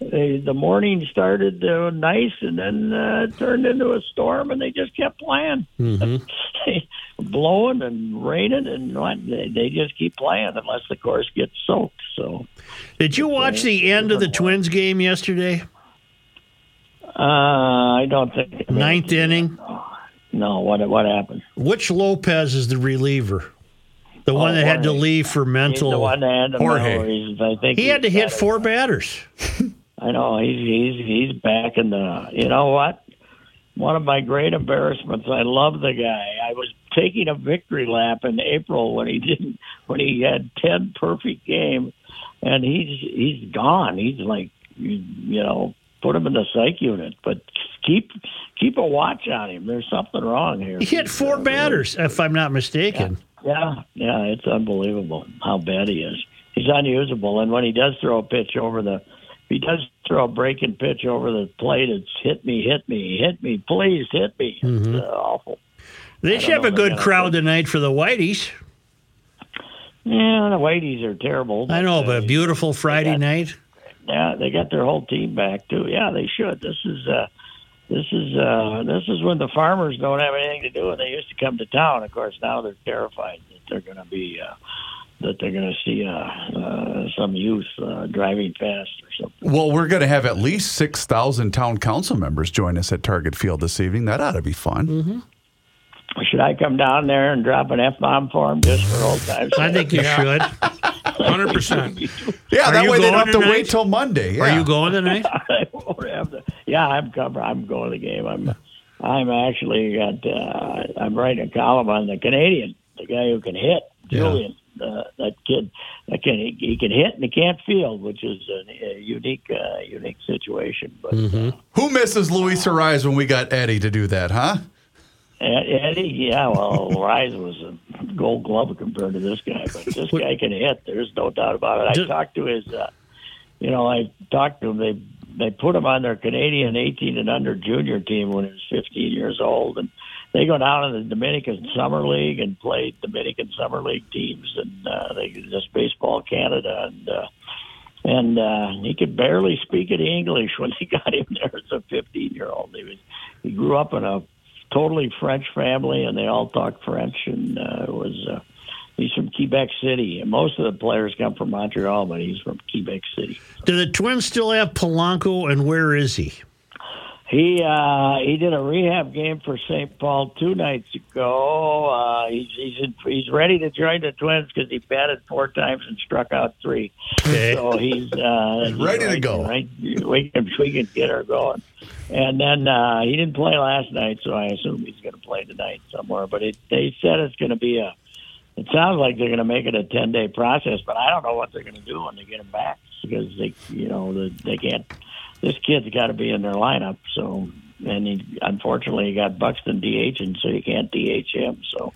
they, the morning started uh, nice, and then uh, it turned into a storm, and they just kept playing, Mm-hmm. *laughs* blowing and raining, and what, they, they just keep playing unless the course gets soaked. So, Did you watch the end of the Twins game yesterday? uh, I don't think Ninth inning. No, what what happened? Which Lopez is the reliever? The one Oh, that had to Jorge. leave for mental. He's the one that had the Jorge. mental reasons. I think he had to he's hit got it. four batters. I know he's he's he's back in the. You know what? One of my great embarrassments. I love the guy. I was taking a victory lap in April when he *laughs* didn't when he had ten perfect game, and he's he's gone. He's like you, you know put him in the psych unit, but keep keep a watch on him. There's something wrong here. uh, He hit four batters, if I'm not mistaken. Yeah, yeah, it's unbelievable how bad he is. He's unusable, and when he does throw a pitch over the, if he does throw a breaking pitch over the plate, it's hit me, hit me, hit me, please hit me. Mhm. It's uh, awful. They I should have don't a know good that I- crowd tonight for the Whiteys. Yeah, the Whiteys are terrible. I know, but a beautiful Friday night. Yeah, they got their whole team back too. Yeah, they should. This is uh this is uh this is when the farmers don't have anything to do and they used to come to town. Of course now they're terrified that they're gonna be uh that they're gonna see uh, uh some youth uh driving fast or something. Well, we're going to have at least 6,000 town council members join us at Target Field this evening. That ought to be fun. Mm-hmm. Should I come down there and drop an F bomb for them just for old times? I think you Yeah. should. Hundred percent. Yeah, Are that you way they don't going have to tonight? wait till Monday. Are yeah. you going tonight? *laughs* I won't have the- yeah, I'm cover. I'm going to the game. I'm I'm actually got. Uh, I'm writing a column on the Canadian, the guy who can hit, Yeah. Julian. Uh, that kid, that can he, he can hit and he can't field, which is a, a unique uh, unique situation. But Who misses Luis Arise when we got Eddie to do that, huh? Ed- Eddie, yeah, well, *laughs* Rise was a Gold Glove compared to this guy, but this guy can hit. There's no doubt about it. I talked to his, uh, you know, I talked to him. They they put him on their Canadian 18 and under junior team when he was 15 years old, and they go down in the Dominican Summer League and play Dominican Summer League teams, and uh, they just baseball Canada and. Uh, and uh, he could barely speak any English when they *laughs* got him there as a 15 year old. He was he grew up in a totally French family, and they all talked French. And uh, it was uh, he's from Quebec City, and most of the players come from Montreal, but he's from Quebec City. Do the Twins still have Polanco, and where is he? He uh, he did a rehab game for St. Paul two nights ago. Uh, he's he's in, he's ready to join the Twins because he batted four times and struck out three. So he's, uh, *laughs* he's ready to right- go. Right, we can we can get her going. And then uh, he didn't play last night, so I assume he's going to play tonight somewhere. But it, they said it's going to be a. It sounds like they're going to make it a ten day process, but I don't know what they're going to do when they get him back because they you know they, they can't this kid's got to be in their lineup. So, and he unfortunately he got Buxton DHing, so you can't DH him. So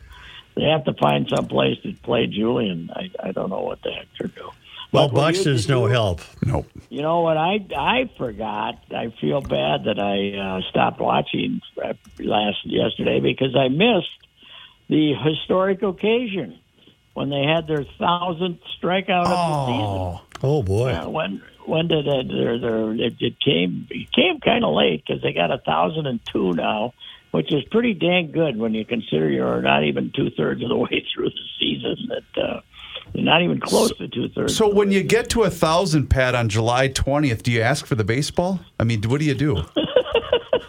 they have to find some place to play Julian. I, I don't know what the heck they're doing. Well, But will you Buxton's no help. Nope. You know what? I I forgot. I feel bad that I uh, stopped watching uh, last yesterday because I missed the historic occasion when they had their thousandth strikeout of the season. Oh boy. Uh, when when did it? Their, their, it, it came it came kind of late because they got a thousand and two now, which is pretty dang good when you consider you're not even two thirds of the *laughs* way through the season. That uh, you're not even close to two thirds. So when you get to a *laughs* thousand, Pat, on July twentieth, do you ask for the baseball? I mean, what do you do? *laughs*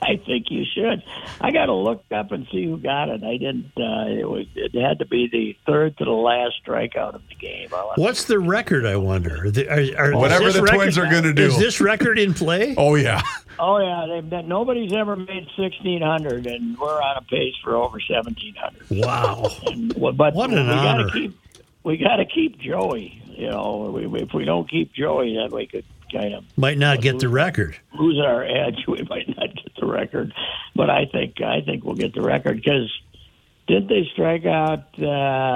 I think you should. I got to look up and see who got it. I didn't. Uh, it was. It had to be the third to the last strikeout of the game. I want- What's the record? I wonder. The- are- are- is Whatever this the Twins are gonna do. Is this record in play? Oh yeah. Oh yeah, they've done, nobody's ever made sixteen hundred, and we're on a pace for over seventeen hundred. Wow. But what we an gotta honor. keep we got to keep Joey. You know, we, we- if we don't keep Joey, then we could kind of Might not get the record. lose our edge. *laughs* We might not get the record, but I think I think we'll get the record because did they strike out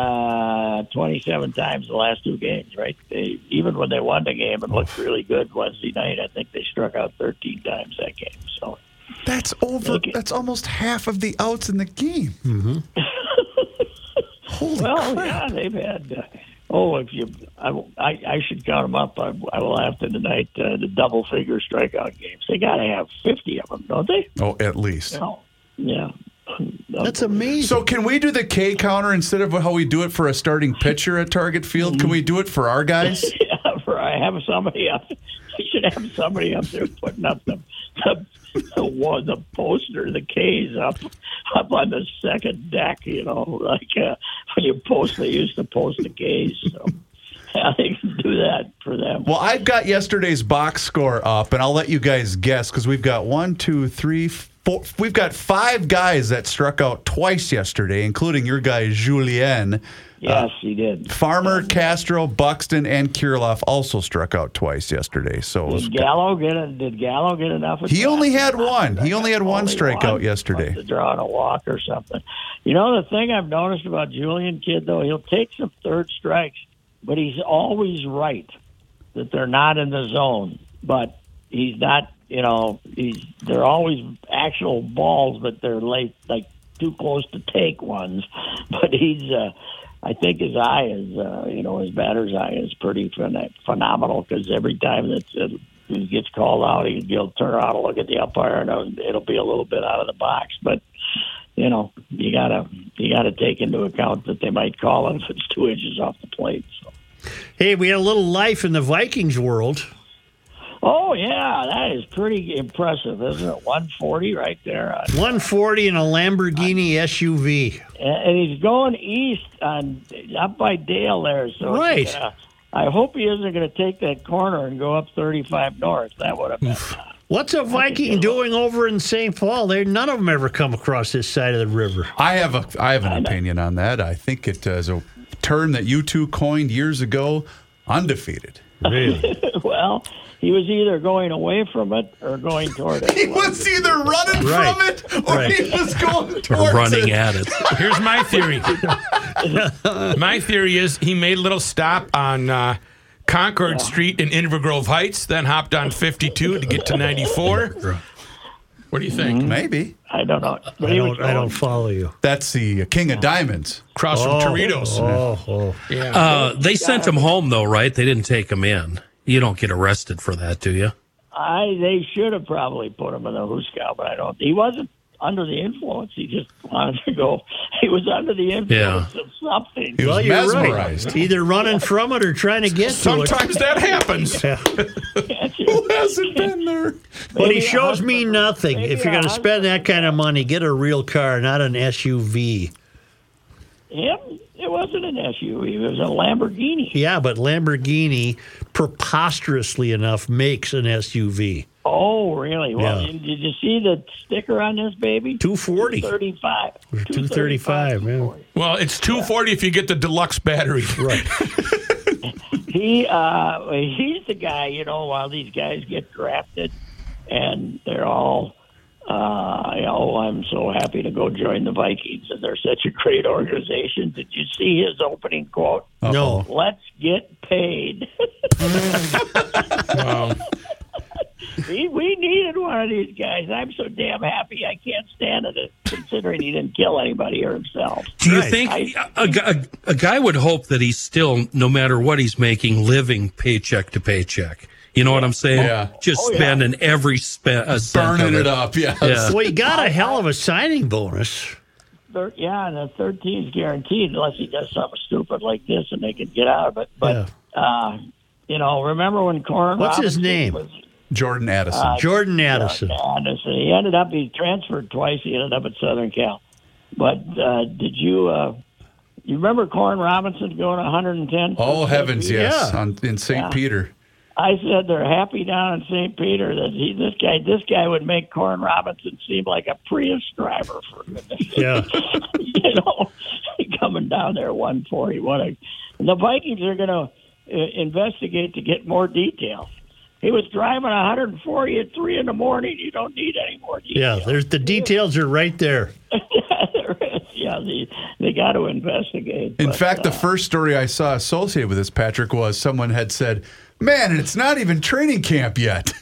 uh, twenty seven times the last two games? Right? They even when they won the game and looked really good Wednesday night, I think they struck out thirteen times that game. So. That's over. That's almost half of the outs in the game. Mm-hmm. *laughs* well, yeah, they've had. Uh, oh, if you, I, will- I, I should count them up. I, I will have to tonight uh, the double figure strikeout games. They got to have fifty of them, don't they? Oh, at least. No. Yeah. *laughs* That's amazing. So, can we do the K counter instead of how we do it for a starting pitcher at Target Field? Can we do it for our guys? *laughs* yeah, for I have somebody up. *laughs* I should have somebody up there putting up the the the, wall, the poster, the K's up up on the second deck. You know, like uh, when you post, they used to post the K's. So *laughs* I can do that for them. Well, I've got yesterday's box score up, and I'll let you guys guess because we've got one, two, three, four. We've got five guys that struck out twice yesterday, including your guy Julien. Yes, he did. Farmer, Castro, Buxton, and Kirilov also struck out twice yesterday. So it was- Did Gallo get a, Did Gallo get enough? he only had one. He only had one strikeout yesterday. to draw on a walk or something. You know the thing I've noticed about Julian Kidd though, he'll take some third strikes, but he's always right that they're not in the zone. But he's not. You know, he's they're always actual balls, but they're late, like too close to take ones. *laughs* But he's. Uh, I think his eye is, uh, you know, his batter's eye is pretty phen- phenomenal because every time that uh, he gets called out, he, he'll turn around and look at the umpire, and it'll, it'll be a little bit out of the box. But you know, you gotta you gotta take into account that they might call it if it's *laughs* two inches off the plate. Hey, we had a little life in the Vikings world. Oh yeah, that is pretty impressive, isn't it? One forty right there. on- 140 in a Lamborghini SUV. and he's going east on up by Dale there. So Right. it's gonna- I hope he isn't going to take that corner and go up 35 north. That would have been. What's a Viking doing over in St. Paul? They none of them ever come across this side of the river. I have a I have an opinion on that. I think it uh, is a term that you two coined years ago. Undefeated. Really? *laughs* well, he was either going away from it or going toward *laughs* it. he was either running Right. from it or Right. he was going Or towards *laughs* running it. at it. Here's my theory. my theory is he made a little stop on uh, Concord Street in Invergrove Heights, then hopped on 52 to get to 94. What do you think? Maybe. I *laughs* don't know. I don't, I don't follow you. That's the King of Diamonds. Across Oh, from Torritos. Oh, oh. Yeah. Uh, they sent him home though, right? They didn't take him in. You don't get arrested for that, do you? I they should have probably put him in the Huskow, but I don't. He wasn't under the influence. He just wanted to go. *laughs* He was under the influence of something. He was well, you're mesmerized. right. Either running from it or trying to get to it. Sometimes that *laughs* happens. Yeah. Who hasn't been there? But Maybe he a shows me husband- nothing. maybe If you're a going to spend that kind of money, get a real car, not an SUV. Him, it wasn't an SUV. It was a Lamborghini. Yeah, but Lamborghini, preposterously enough, makes an SUV. Oh, really? Well, Yeah. did did you see the sticker on this baby? 240. 235. 235, man. Well, it's 240 if you get the deluxe battery. *laughs* Right. he uh he's the guy you know while these guys get drafted and they're all uh you know, i'm so happy to go join the vikings and they're such a great organization did you see his opening quote No. let's get paid we, we needed one of these guys i'm so damn happy i can't stand it considering he didn't kill anybody or himself Do you Right. think I- a, gu- a guy would hope that he's still, no matter what he's making, living paycheck to paycheck? You know what I'm saying? Yeah. Just Oh, yeah. spending every spend, a cent Burning of it up, *laughs* yeah. Yeah. Well, he got a hell of a signing bonus. Thir- yeah, and the 13 is guaranteed unless he does something stupid like this and they can get out of it. But, uh, you know, remember when Corin What's his Robinson name? Oh, Was, Jordan Addison. Uh, Jordan Addison. Addison. He ended up he transferred twice. He ended up at Southern Cal. But uh, did you uh, you remember Corn Robinson going 110? Oh heavens, yes, on, in St. Yeah. Peter. I said they're happy down in St. Peter that he this guy this guy would make Corn Robinson seem like a Prius driver for Yeah. *laughs* you know *laughs* coming down there 140. What a the Vikings are going to investigate to get more detail. He was driving 140 at three in the morning. You don't need any more. detail. *laughs* Yeah, there's the details are right there. Yeah, they they got to investigate. In but, fact, the uh, first story I saw associated with this, Patrick, was someone had said, Man, it's not even training camp yet. *laughs*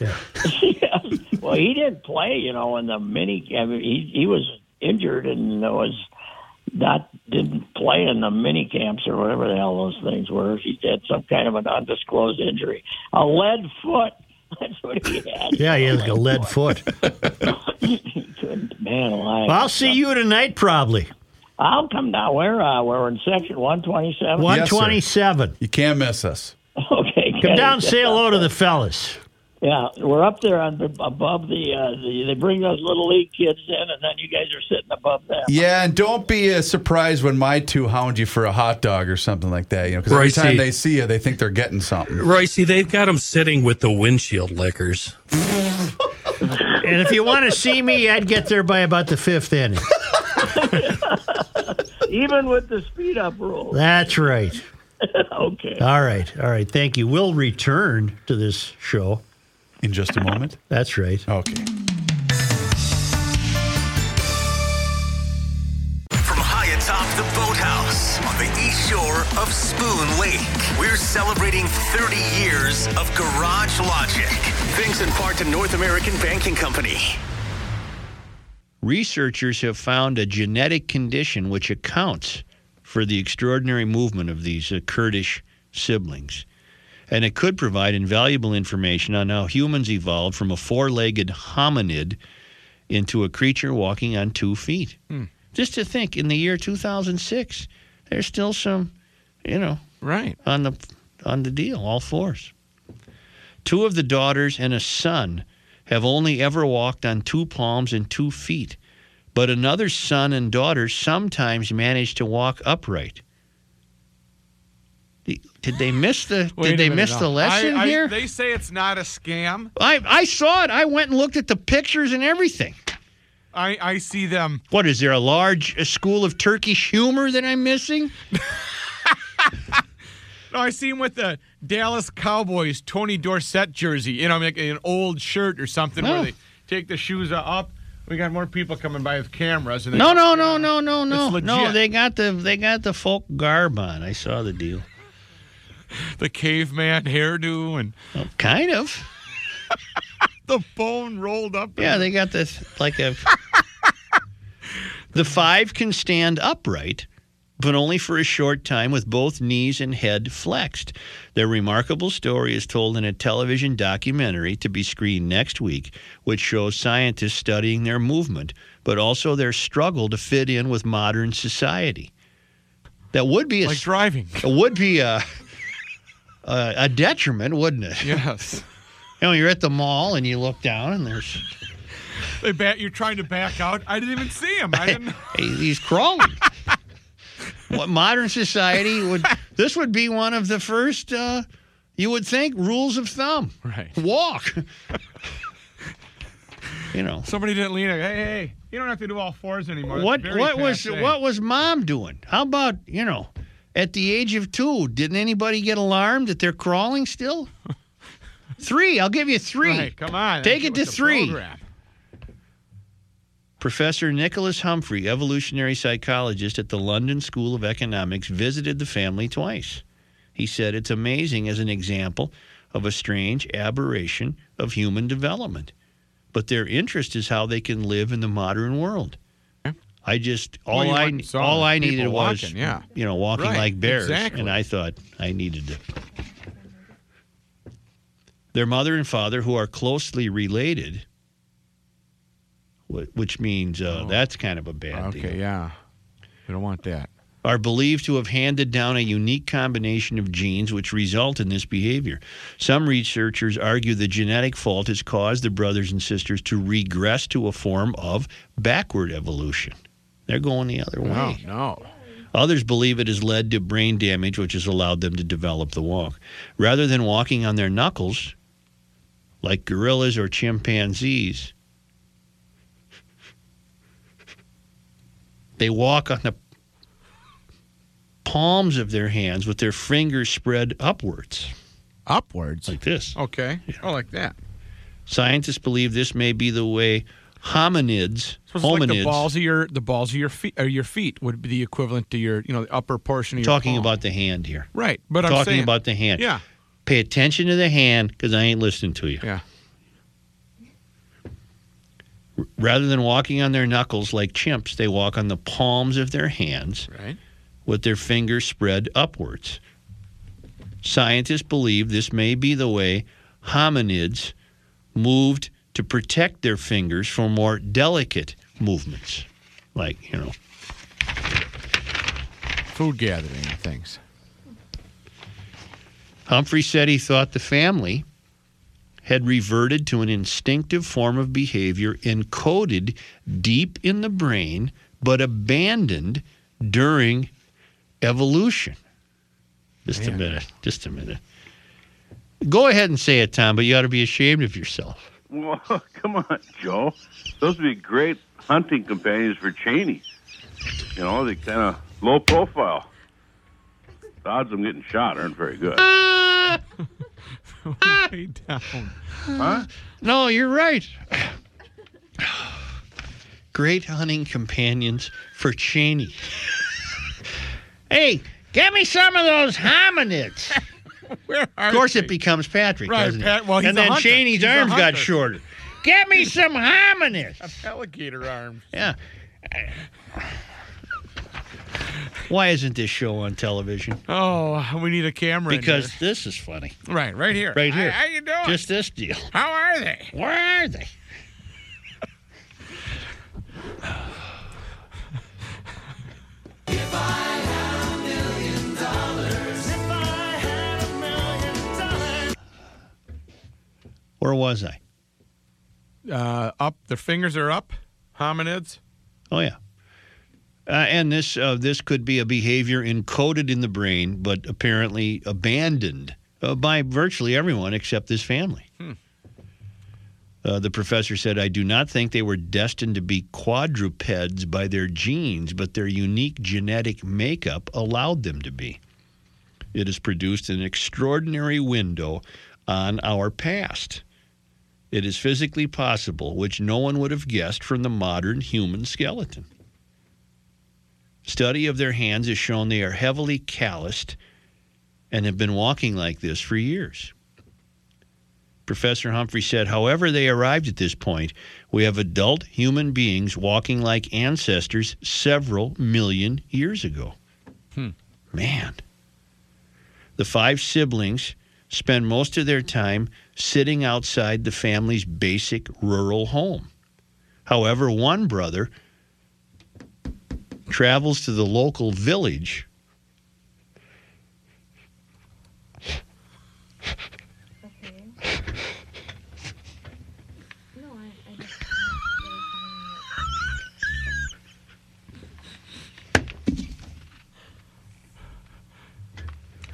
well, he didn't play, you know, in the mini. I mean, he he was injured and was not didn't play in the mini camps or whatever the hell those things were. He had some kind of an undisclosed injury, a lead foot. *laughs* That's what he had. Yeah, he has like a lead foot. Good man alive. Well, I'll see you tonight, probably. I'll come down. Where uh, we're in section one twenty seven. One twenty-seven. You can't miss us. *laughs* Okay, Come down, good. say hello to the fellas. *laughs* Yeah, we're up there on the, above the, uh, the. They bring those little league kids in, and then you guys are sitting above them. Yeah, and don't be uh, surprised when my two hound you for a hot dog or something like that. You know, because every Right, time see. they see you, they think they're getting something. Royce, they've got them sitting with the windshield lickers. And if you want to see me, I'd get there by about the fifth inning. Even with the speed up rule. That's right. *laughs* Uh, okay. All right. All right. Thank you. We'll return to this show. In just a moment? That's right. Okay. From high atop the boathouse on the east shore of Spoon Lake, we're celebrating 30 years of Garage Logic. Thanks in part to North American Banking Company. Researchers have found a genetic condition which accounts for the extraordinary movement of these uh, Kurdish siblings. And it could provide invaluable information on how humans evolved from a four legged hominid into a creature walking on two feet. Hmm. Just to think, in the year 2006, there's still some, you know, right on the on the deal, all fours. Two of the daughters and a son have only ever walked on two palms and two feet, but another son and daughter sometimes manage to walk upright. The- Did they miss the? *gasps* Wait a did they minute miss now. the lesson I- I- here? They say it's not a scam. I, I saw it. I went and looked at the pictures and everything. I, I see them. What is there a large uh school of Turkish humor that I'm missing? No, I see him with the Dallas Cowboys Tony Dorsett jersey. You know, like an old shirt or something No. where they take the shoes up. We got more people coming by with cameras. And they No, no, no, no, no, no, It's no. legit. They got the they got the folk garb on. I saw the deal. The caveman hairdo and Kind of. the bone rolled up. Yeah, they got this like a. *laughs* the five can stand upright, but only for a short time with both knees and head flexed. Their remarkable story is told in a television documentary to be screened next week, which shows scientists studying their movement, but also their struggle to fit in with modern society. That would be a, *laughs* Like driving. It would be a, a a detriment, wouldn't it? Yes. You know, you're at the mall and you look down and there's They bat. You're trying to back out. I didn't even see him. *laughs* I didn't. He- He's *laughs* crawling. what modern society would this would be one of the first uh, you would think rules of thumb. Right. *laughs* Walk. you know. Somebody didn't lean. Hey, hey, you don't have to do all fours anymore. That's What very what was passe. what was mom doing? How about, you know, at the age of 2, didn't anybody get alarmed that they're crawling *laughs* still? 3, I'll give you 3. Right, come on. Take Get it to with the 3. program. Professor Nicholas Humphrey, evolutionary psychologist at the London School of Economics, visited the family twice. He said it's amazing as an example of a strange aberration of human development. But their interest is how they can live in the modern world. I just all Well, you I went and saw all I people needed was walking, yeah. you know walking Right, like bears, exactly. and I thought I needed to their mother and father, who are closely related, wh- which means uh, that's kind of a bad Oh. Okay, deal. yeah. We don't want that. are believed to have handed down a unique combination of genes which result in this behavior. Some researchers argue the genetic fault has caused the brothers and sisters to regress to a form of backward evolution. They're going the other way. No, no. Others believe it has led to brain damage, which has allowed them to develop the walk. Rather than walking on their knuckles, like gorillas or chimpanzees, they walk on the palms of their hands with their fingers spread upwards. Upwards? Like this. Okay. Oh, like that. Scientists believe this may be the way hominids, So it's hominids, like the balls of your the balls of your feet or your feet would be the equivalent to your you know the upper portion of your talking palm. about the hand here. right, but talking I'm saying, about the hand. Yeah. Pay attention to the hand because I ain't listening to you. Yeah. Rather than walking on their knuckles like chimps, they walk on the palms of their hands right. with their fingers spread upwards. Scientists believe this may be the way hominids moved to protect their fingers from more delicate movements, like, you know, food gathering and *laughs* things. Humphrey said he thought the family had reverted to an instinctive form of behavior encoded deep in the brain but abandoned during evolution. Just a minute. Just a minute. Go ahead and say it, Tom, but you ought to be ashamed of yourself. Well, come on, Joe. Those would be great hunting companions for Cheney. You know, they kind of low profile. The odds of them getting shot aren't very good. Way down. Huh? No, you're right. Great hunting companions for Cheney. *laughs* hey, get me some of those hominids. of course, it becomes Patrick, Right, doesn't Pat- it? well, he's and a then hunter. Cheney's He's a arms got hunter. shorter. Get me some hominids. Alligator arms. Yeah. Why isn't this show on television? Oh, we need a camera. in Because here. this is funny. Right, right here. Right Hi- here. How, you doing? Just this deal. How are they? Where are they? Where was I? Uh, up. Their fingers are up. Hominids. Oh yeah. Uh, and this uh, this could be a behavior encoded in the brain, but apparently abandoned uh, by virtually everyone except this family. Hmm. Uh, the professor said, "I do not think they were destined to be quadrupeds by their genes, but their unique genetic makeup allowed them to be. It has produced an extraordinary window on our past." It is physically possible, which no one would have guessed from the modern human skeleton. Study of their hands has shown they are heavily calloused and have been walking like this for years. Professor Humphrey said, however, they arrived at this point, we have adult human beings walking like ancestors several million years ago. Hmm. Man. The five siblings spend most of their time sitting outside the family's basic rural home. However, one brother travels to the local village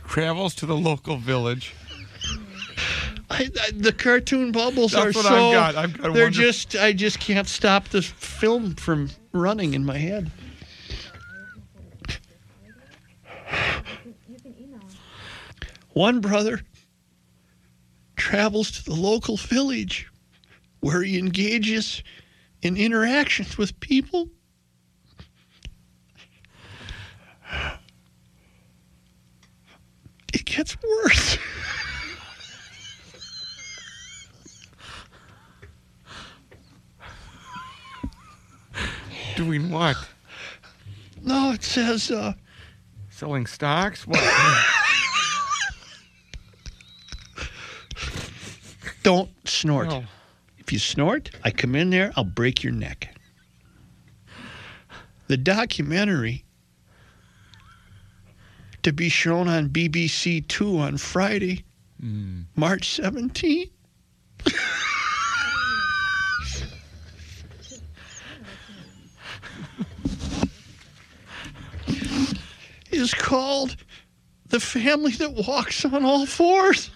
Travels to the local village. I, I, the cartoon bubbles That's are what I've so. got. I've got a they're wonderful- just. I just can't stop the film from running in my head. One brother travels to the local village where he engages in interactions with people. It gets worse. *laughs* Doing what? No, it says uh, Selling stocks. What? Don't snort. No. If you snort, I come in there, I'll break your neck. The documentary to be shown on BBC Two on Friday, March 17th. is called The Family That Walks on All Fours.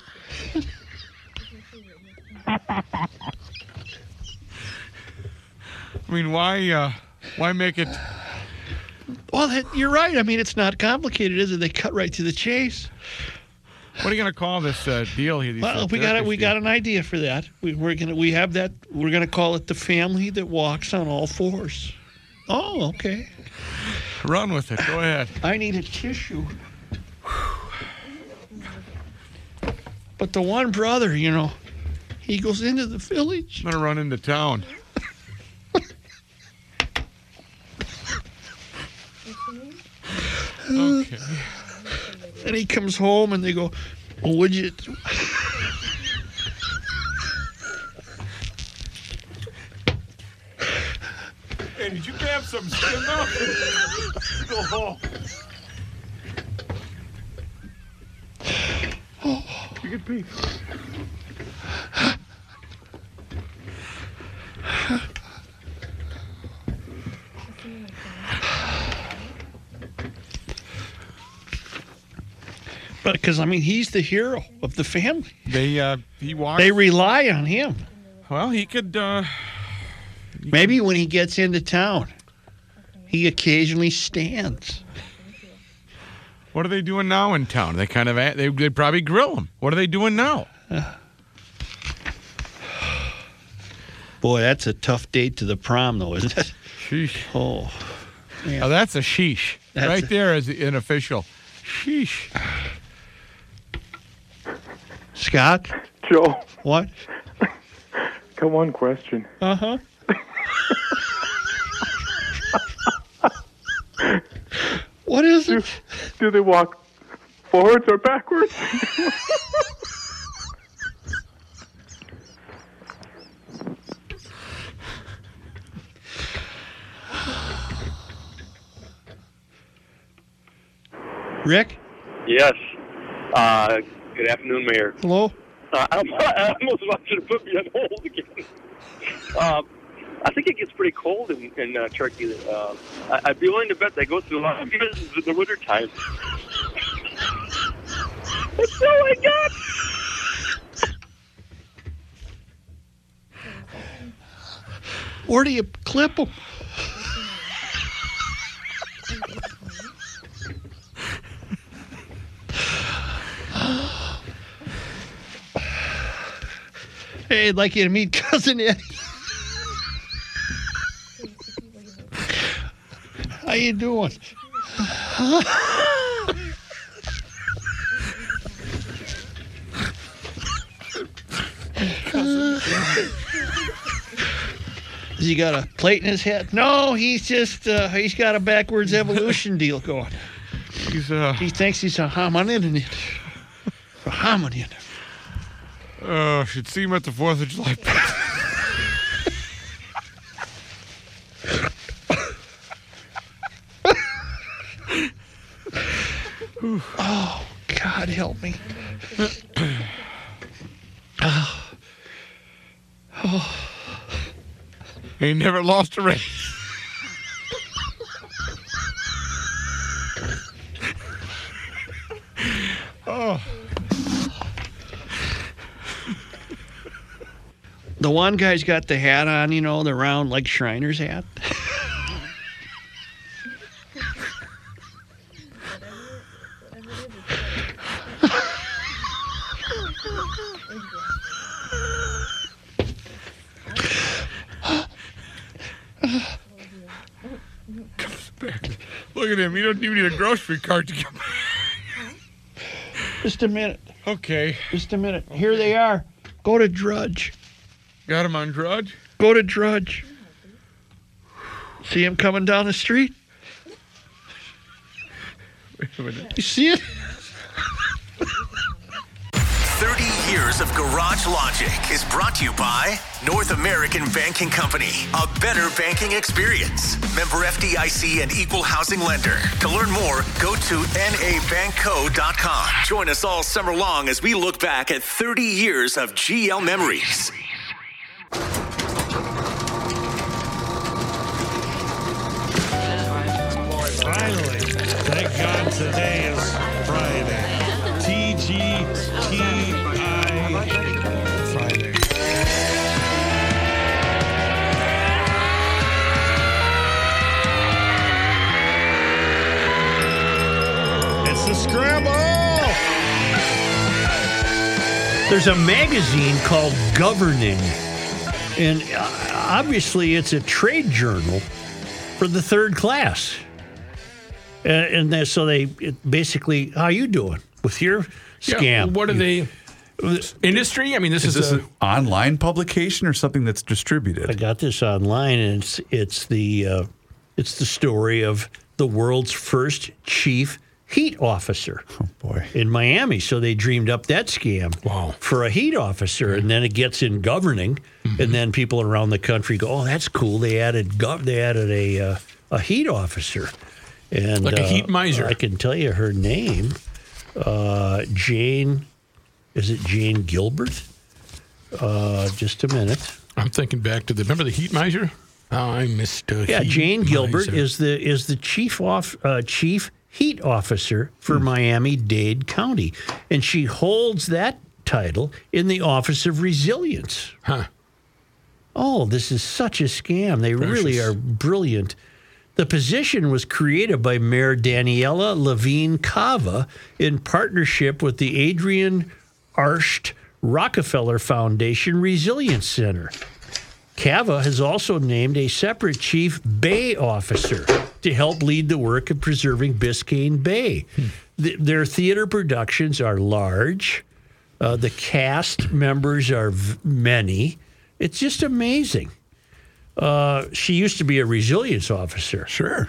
I mean, why uh, why make it? Well, that, you're right. I mean, it's not complicated, is it? They cut right to the chase. What are you gonna call this uh, deal here? these Well, we got it. We therapies? got an idea for that. We, we're gonna. We have that. We're gonna call it the family that walks on all fours. Oh, okay. Run with it. Go ahead. I need a tissue. But the one brother, you know, he goes into the village. I'm gonna run into town. Okay. And he comes home, and they go, well, "Would you?" Hey, did you grab some skin though? Go home. You get pee. But because I mean, he's the hero of the family. They uh, he walks. They rely on him. Well, he could. Uh, Maybe when he gets into town, he occasionally stands. What are they doing now in town? They kind of a- they they probably grill him. What are they doing now? Boy, that's a tough date to the prom, though, isn't it? Oh, Oh, that's a sheesh. That's right a- there is an official. Sheesh. Scott. Joe. What? *laughs* Got one question. *laughs* Uh huh. What is do, it? Do they walk forwards or backwards? *laughs* Rick. Yes. Uh, good afternoon, Mayor. Hello. Uh, *laughs* I'm, I almost want you to put me on hold again. Uh, I think it gets pretty cold in, in uh, Turkey. Uh, I, I'd be willing to bet they go through a lot of missions in the wintertime. That's all I got. Where do you clip him? hey, I'd like you to meet cousin Eddie. How you doing? Has he got a plate in his head? No, he's just uh, he's got a backwards evolution deal going. He's uh, he thinks he's a hominin. A hominin. Uh, should see him at the Fourth of July. *laughs* oh, God help me. oh. He never lost a race. Oh. The one guy's got the hat on, you know, the round like Shriner's hat. *laughs* Look at him. You don't even need a grocery cart to get. Just a minute. Okay. Just a minute. Here they are. Go to Drudge. Got him on drudge. Go to Drudge. See him coming down the street? You see it? 30 years Dose of Garage Logic is brought to you by North American Banking Company, a better banking experience. Member FDIC and equal housing lender. To learn more, go to nabankco.com. Join us all summer long as we look back at 30 years of GL memories. Finally, thank God today is Friday. TGTI Friday. It's the scramble! There's a magazine called Governing, and uh, obviously it's a trade journal for the third class. And, and then- so they it basically, how you doing with your scam? Yeah, what are they? Industry? I mean, this is, this a, an online publication or something that's distributed? I got this online, and it's it's the uh, it's the story of the world's first chief heat officer. Oh boy! In Miami, so they dreamed up that scam. Wow! For a heat officer, and then it gets in governing, Mm-hmm. and then people around the country go, "Oh, that's cool! They added gov- they added a uh, a heat officer." And Like a uh, heat miser. I can tell you her name, uh, Jane. Is it Jane Gilbert? Uh, just a minute. I'm thinking back to the remember the heat miser. Oh, I missed. Uh, Yeah, heat Jane Gilbert miser. is the is the chief off uh, chief heat officer for Hmm. Miami Dade County, and she holds that title in the Office of Resilience. Huh. Oh, this is such a scam. They really are brilliant. The position was created by Mayor Daniela Levine Cava in partnership with the Adrian Arsht Rockefeller Foundation Resilience Center. Cava has also named a separate chief bay officer to help lead the work of preserving Biscayne Bay. Th- their theater productions are large. Uh, the cast members are v- many. It's just amazing. Uh, she used to be a resilience officer. Sure.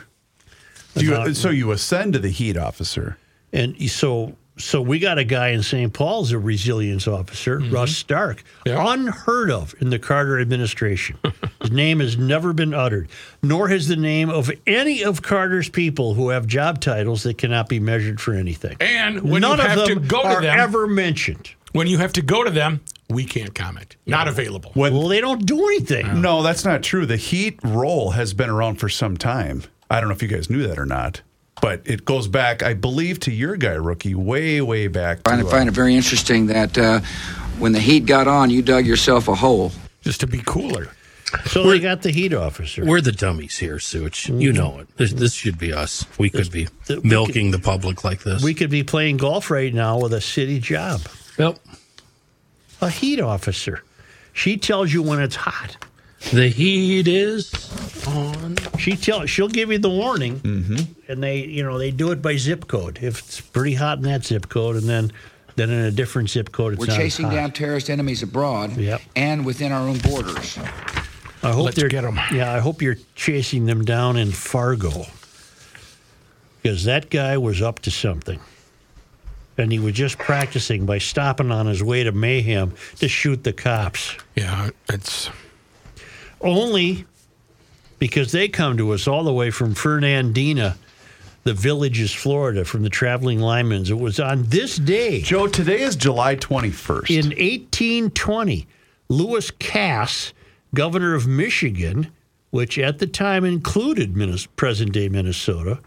Do you, so you ascend to the heat officer. And so, so we got a guy in St. Paul's, a resilience officer, Mm-hmm. Russ Stark, unheard of in the Carter *laughs* administration. His name has never been uttered, nor has the name of any of Carter's people who have job titles that cannot be measured for anything. And when None you of have to them go are to them, ever mentioned. When you have to go to them, we can't comment. Not available. well, they don't do anything. No, that's not true. The heat roll has been around for some time. I don't know if you guys knew that or not, but it goes back, I believe, to your guy, rookie, way, way back. I To, uh, find it very interesting that uh, when the heat got on, you dug yourself a hole. Just to be cooler. So they got the heat officer. We're the dummies here, Such. You know it. This, this should be us. We could be milking the public like this. We could be playing golf right now with a city job. Yep. A heat officer. She tells you when it's hot. The heat is on. She tell she'll give you the warning, and they you know they do it by zip code. If it's pretty hot in that zip code, and then then in a different zip code, it's We're not as chasing hot. down terrorist enemies abroad Yep. and within our own borders. I hope Let's they're get them. Yeah, I hope you're chasing them down in Fargo because that guy was up to something, and he was just practicing by stopping on his way to Mayhem to shoot the cops. Yeah, it's only because they come to us all the way from Fernandina, the villages, Florida, from the traveling linemen's. It was on this day. Joe, today is July 21st. In 1820, Lewis Cass, governor of Michigan, which at the time included Minnes- present day Minnesota,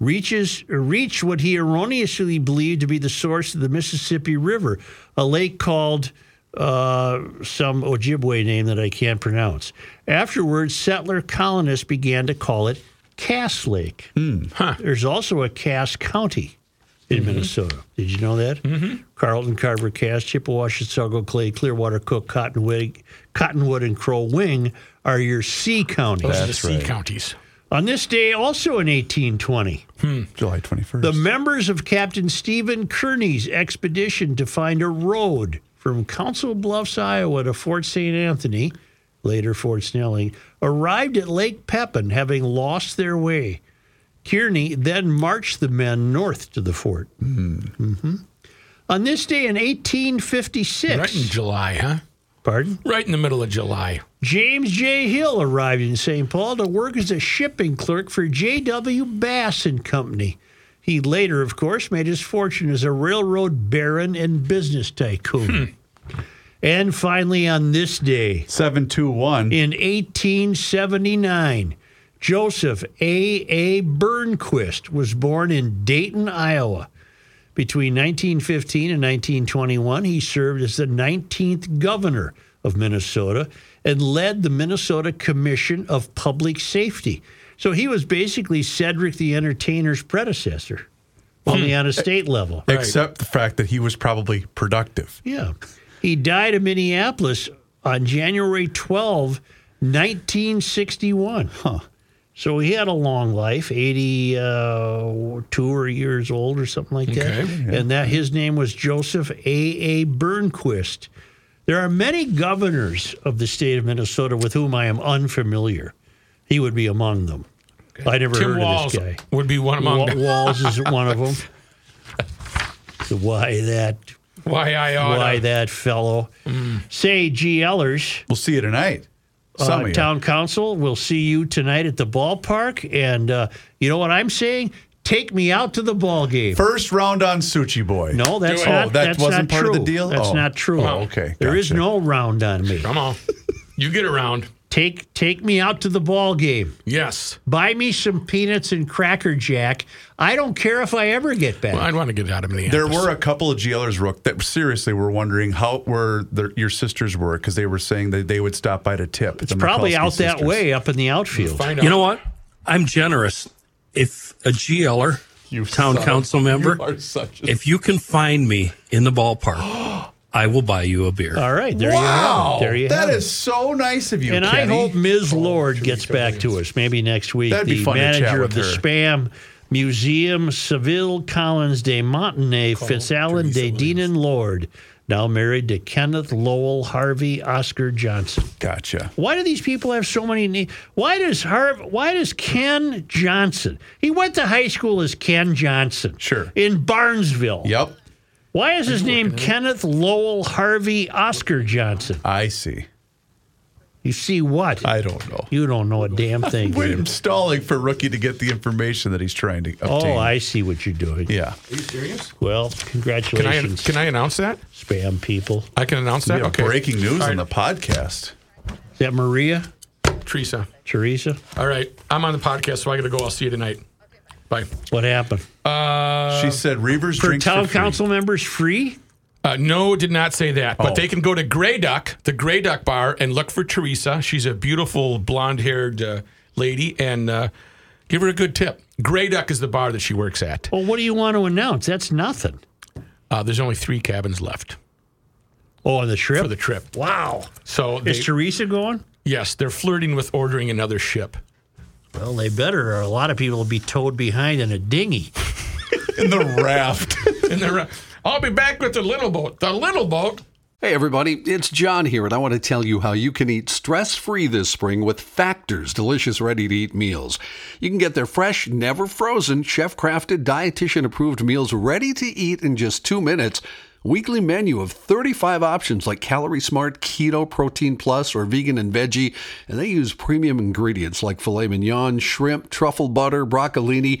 reaches reached what he erroneously believed to be the source of the Mississippi River, a lake called uh, some Ojibwe name that I can't pronounce. Afterwards, settler colonists began to call it Cass Lake. There's also a Cass County in Minnesota. Did you know that? Mm-hmm. Carlton, Carver, Cass, Chippewa, Chisago, Clay, Clearwater, Cook, Cottonwood, Cottonwood, and Crow Wing are your C counties. those are the sea counties. On this day, also in 1820, July 21st. the members of Captain Stephen Kearny's expedition to find a road from Council Bluffs, Iowa to Fort St. Anthony, later Fort Snelling, arrived at Lake Pepin having lost their way. Kearny then marched the men north to the fort. hmm On this day in 1856. Right in July, huh? Pardon? Right in the middle of July. James J. Hill arrived in St. Paul to work as a shipping clerk for J.W. Bass and Company. He later, of course, made his fortune as a railroad baron and business tycoon. And finally, on this day, 721, in 1879, Joseph A. A. Burnquist was born in Dayton, Iowa. Between 1915 and 1921, he served as the 19th governor of Minnesota and led the Minnesota Commission of Public Safety. So he was basically Cedric the Entertainer's predecessor, only on a state level. Except the fact that he was probably productive. Yeah. He died in Minneapolis on January 12, 1961. Huh. So he had a long life, 82 or years old or something like that. Okay. And that his name was Joseph A. A. Burnquist. There are many governors of the state of Minnesota with whom I am unfamiliar. He would be among them. I never Tim heard Walz of this guy. would be one among Wa- them. Walz is one of them. *laughs* So why that? Why I Oh, oughta. Why that fellow? Mm. Say GLers. We'll see you tonight. Some of Uh, you. town council, we'll see you tonight at the ballpark. And uh, you know what I'm saying? Take me out to the ball game. First round on Suchi Boy. No, that's Do it. not. Oh, that that's wasn't not part of the true. deal? That's Oh. not true. Oh, okay. There is Gotcha. no round on me. Come on. You get around. Take take me out to the ball game. Yes. Buy me some peanuts and cracker jack. I don't care if I ever get back. I'd want to get out of Minneapolis. There were a couple of GLers, Rook, that seriously were wondering how were their, your sisters were because they were saying that they would stop by to tip. It's Probably out that way up in the outfield. You know what? I'm generous. If a GLer, town son of- council member, you are such a- if you can find me in the ballpark, *gasps* I will buy you a beer. All right, there wow, you have it. There you that have is so nice of it. you. And I Kenny. hope Ms. Lord gets back to us maybe next week. That'd the be fun to chat manager with of the her. Spam Museum, Seville Collins de Montenay, Fitzallen de Deanan Lord, now married to Kenneth Lowell Harvey Oscar Johnson. Gotcha. Why do these people have so many names? Why does Harv? Why does Ken Johnson? He went to high school as Ken Johnson. Sure. In Barnesville. Yep. Why is his name Kenneth Lowell Harvey Oscar Johnson? I see. You see what? I don't know. You don't know a damn *laughs* thing. Wait, dude. I'm stalling for Rookie to get the information that he's trying to obtain. oh, I see what you're doing. Yeah. Are you serious? Well, Can I, congratulations, can I announce that? spam people. I can announce We that? have okay. breaking news All on right. the podcast. Is that Maria? Teresa. Teresa? All right. I'm on the podcast, so I got to go. I'll see you tonight. Bye. What happened? Uh, She said Reavers For drinks town for free. council members, free? Uh, no, did not say that. But Oh. they can go to Grey Duck, the Grey Duck Bar, and look for Teresa. She's a beautiful blonde haired uh, lady, and uh, give her a good tip. Grey Duck is the bar that she works at. Well, what do you want to announce? That's nothing. Uh, there's only three cabins left Oh, on the trip? for the trip. Wow. So, they, Is Teresa going? yes, they're flirting with ordering another ship. Well, they better, or a lot of people will be towed behind in a dinghy. in the raft. *laughs* and they're, uh, I'll be back with the little boat. The little boat. Hey, everybody, it's John here, and I want to tell you how you can eat stress free this spring with Factor's delicious, ready to eat meals. You can get their fresh, never frozen, chef crafted, dietitian approved meals ready to eat in just two minutes. Weekly menu of 35 options like Calorie Smart, Keto, Protein Plus, or Vegan and Veggie, and they use premium ingredients like filet mignon, shrimp, truffle butter, broccolini,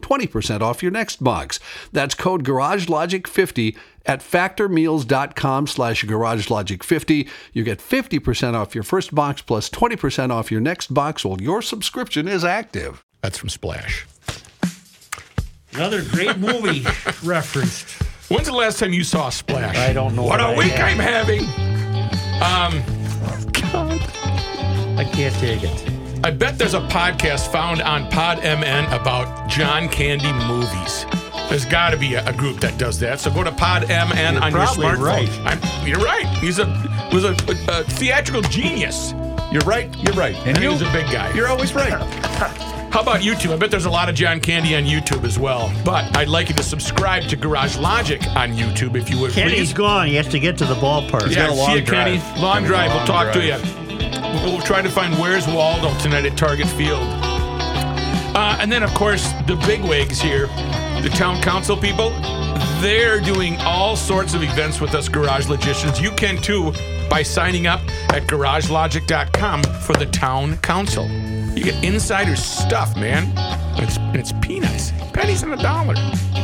20% off your next box. That's code garagelogic50 at factormeals.com slash garagelogic50. You get 50% off your first box plus 20% off your next box while your subscription is active. That's from Splash. Another great movie *laughs* referenced. When's the last time you saw Splash? I don't know. What what a I week have. I'm having. Um, I can't take it. I bet there's a podcast found on PodMN about John Candy movies. There's got to be a, a group that does that. So go to PodMN You're on your probably smartphone. right. I'm, you're right. He's a was a, a theatrical genius. You're right. You're right. And he was a big guy. You're always right. How about YouTube? I bet there's a lot of John Candy on YouTube as well. But I'd like you to subscribe to Garage Logic on YouTube if you would Kenny's please. gone. He has to get to the ballpark. yeah, see you, Kenny. Long drive. we'll talk to you. We'll try to find where's Waldo tonight at Target Field. Uh, and then, of course, the big wigs here, the town council people, they're doing all sorts of events with us garage logicians. You can too by signing up at garagelogic.com for the town council. You get insider stuff, man. It's, it's peanuts, pennies on a dollar.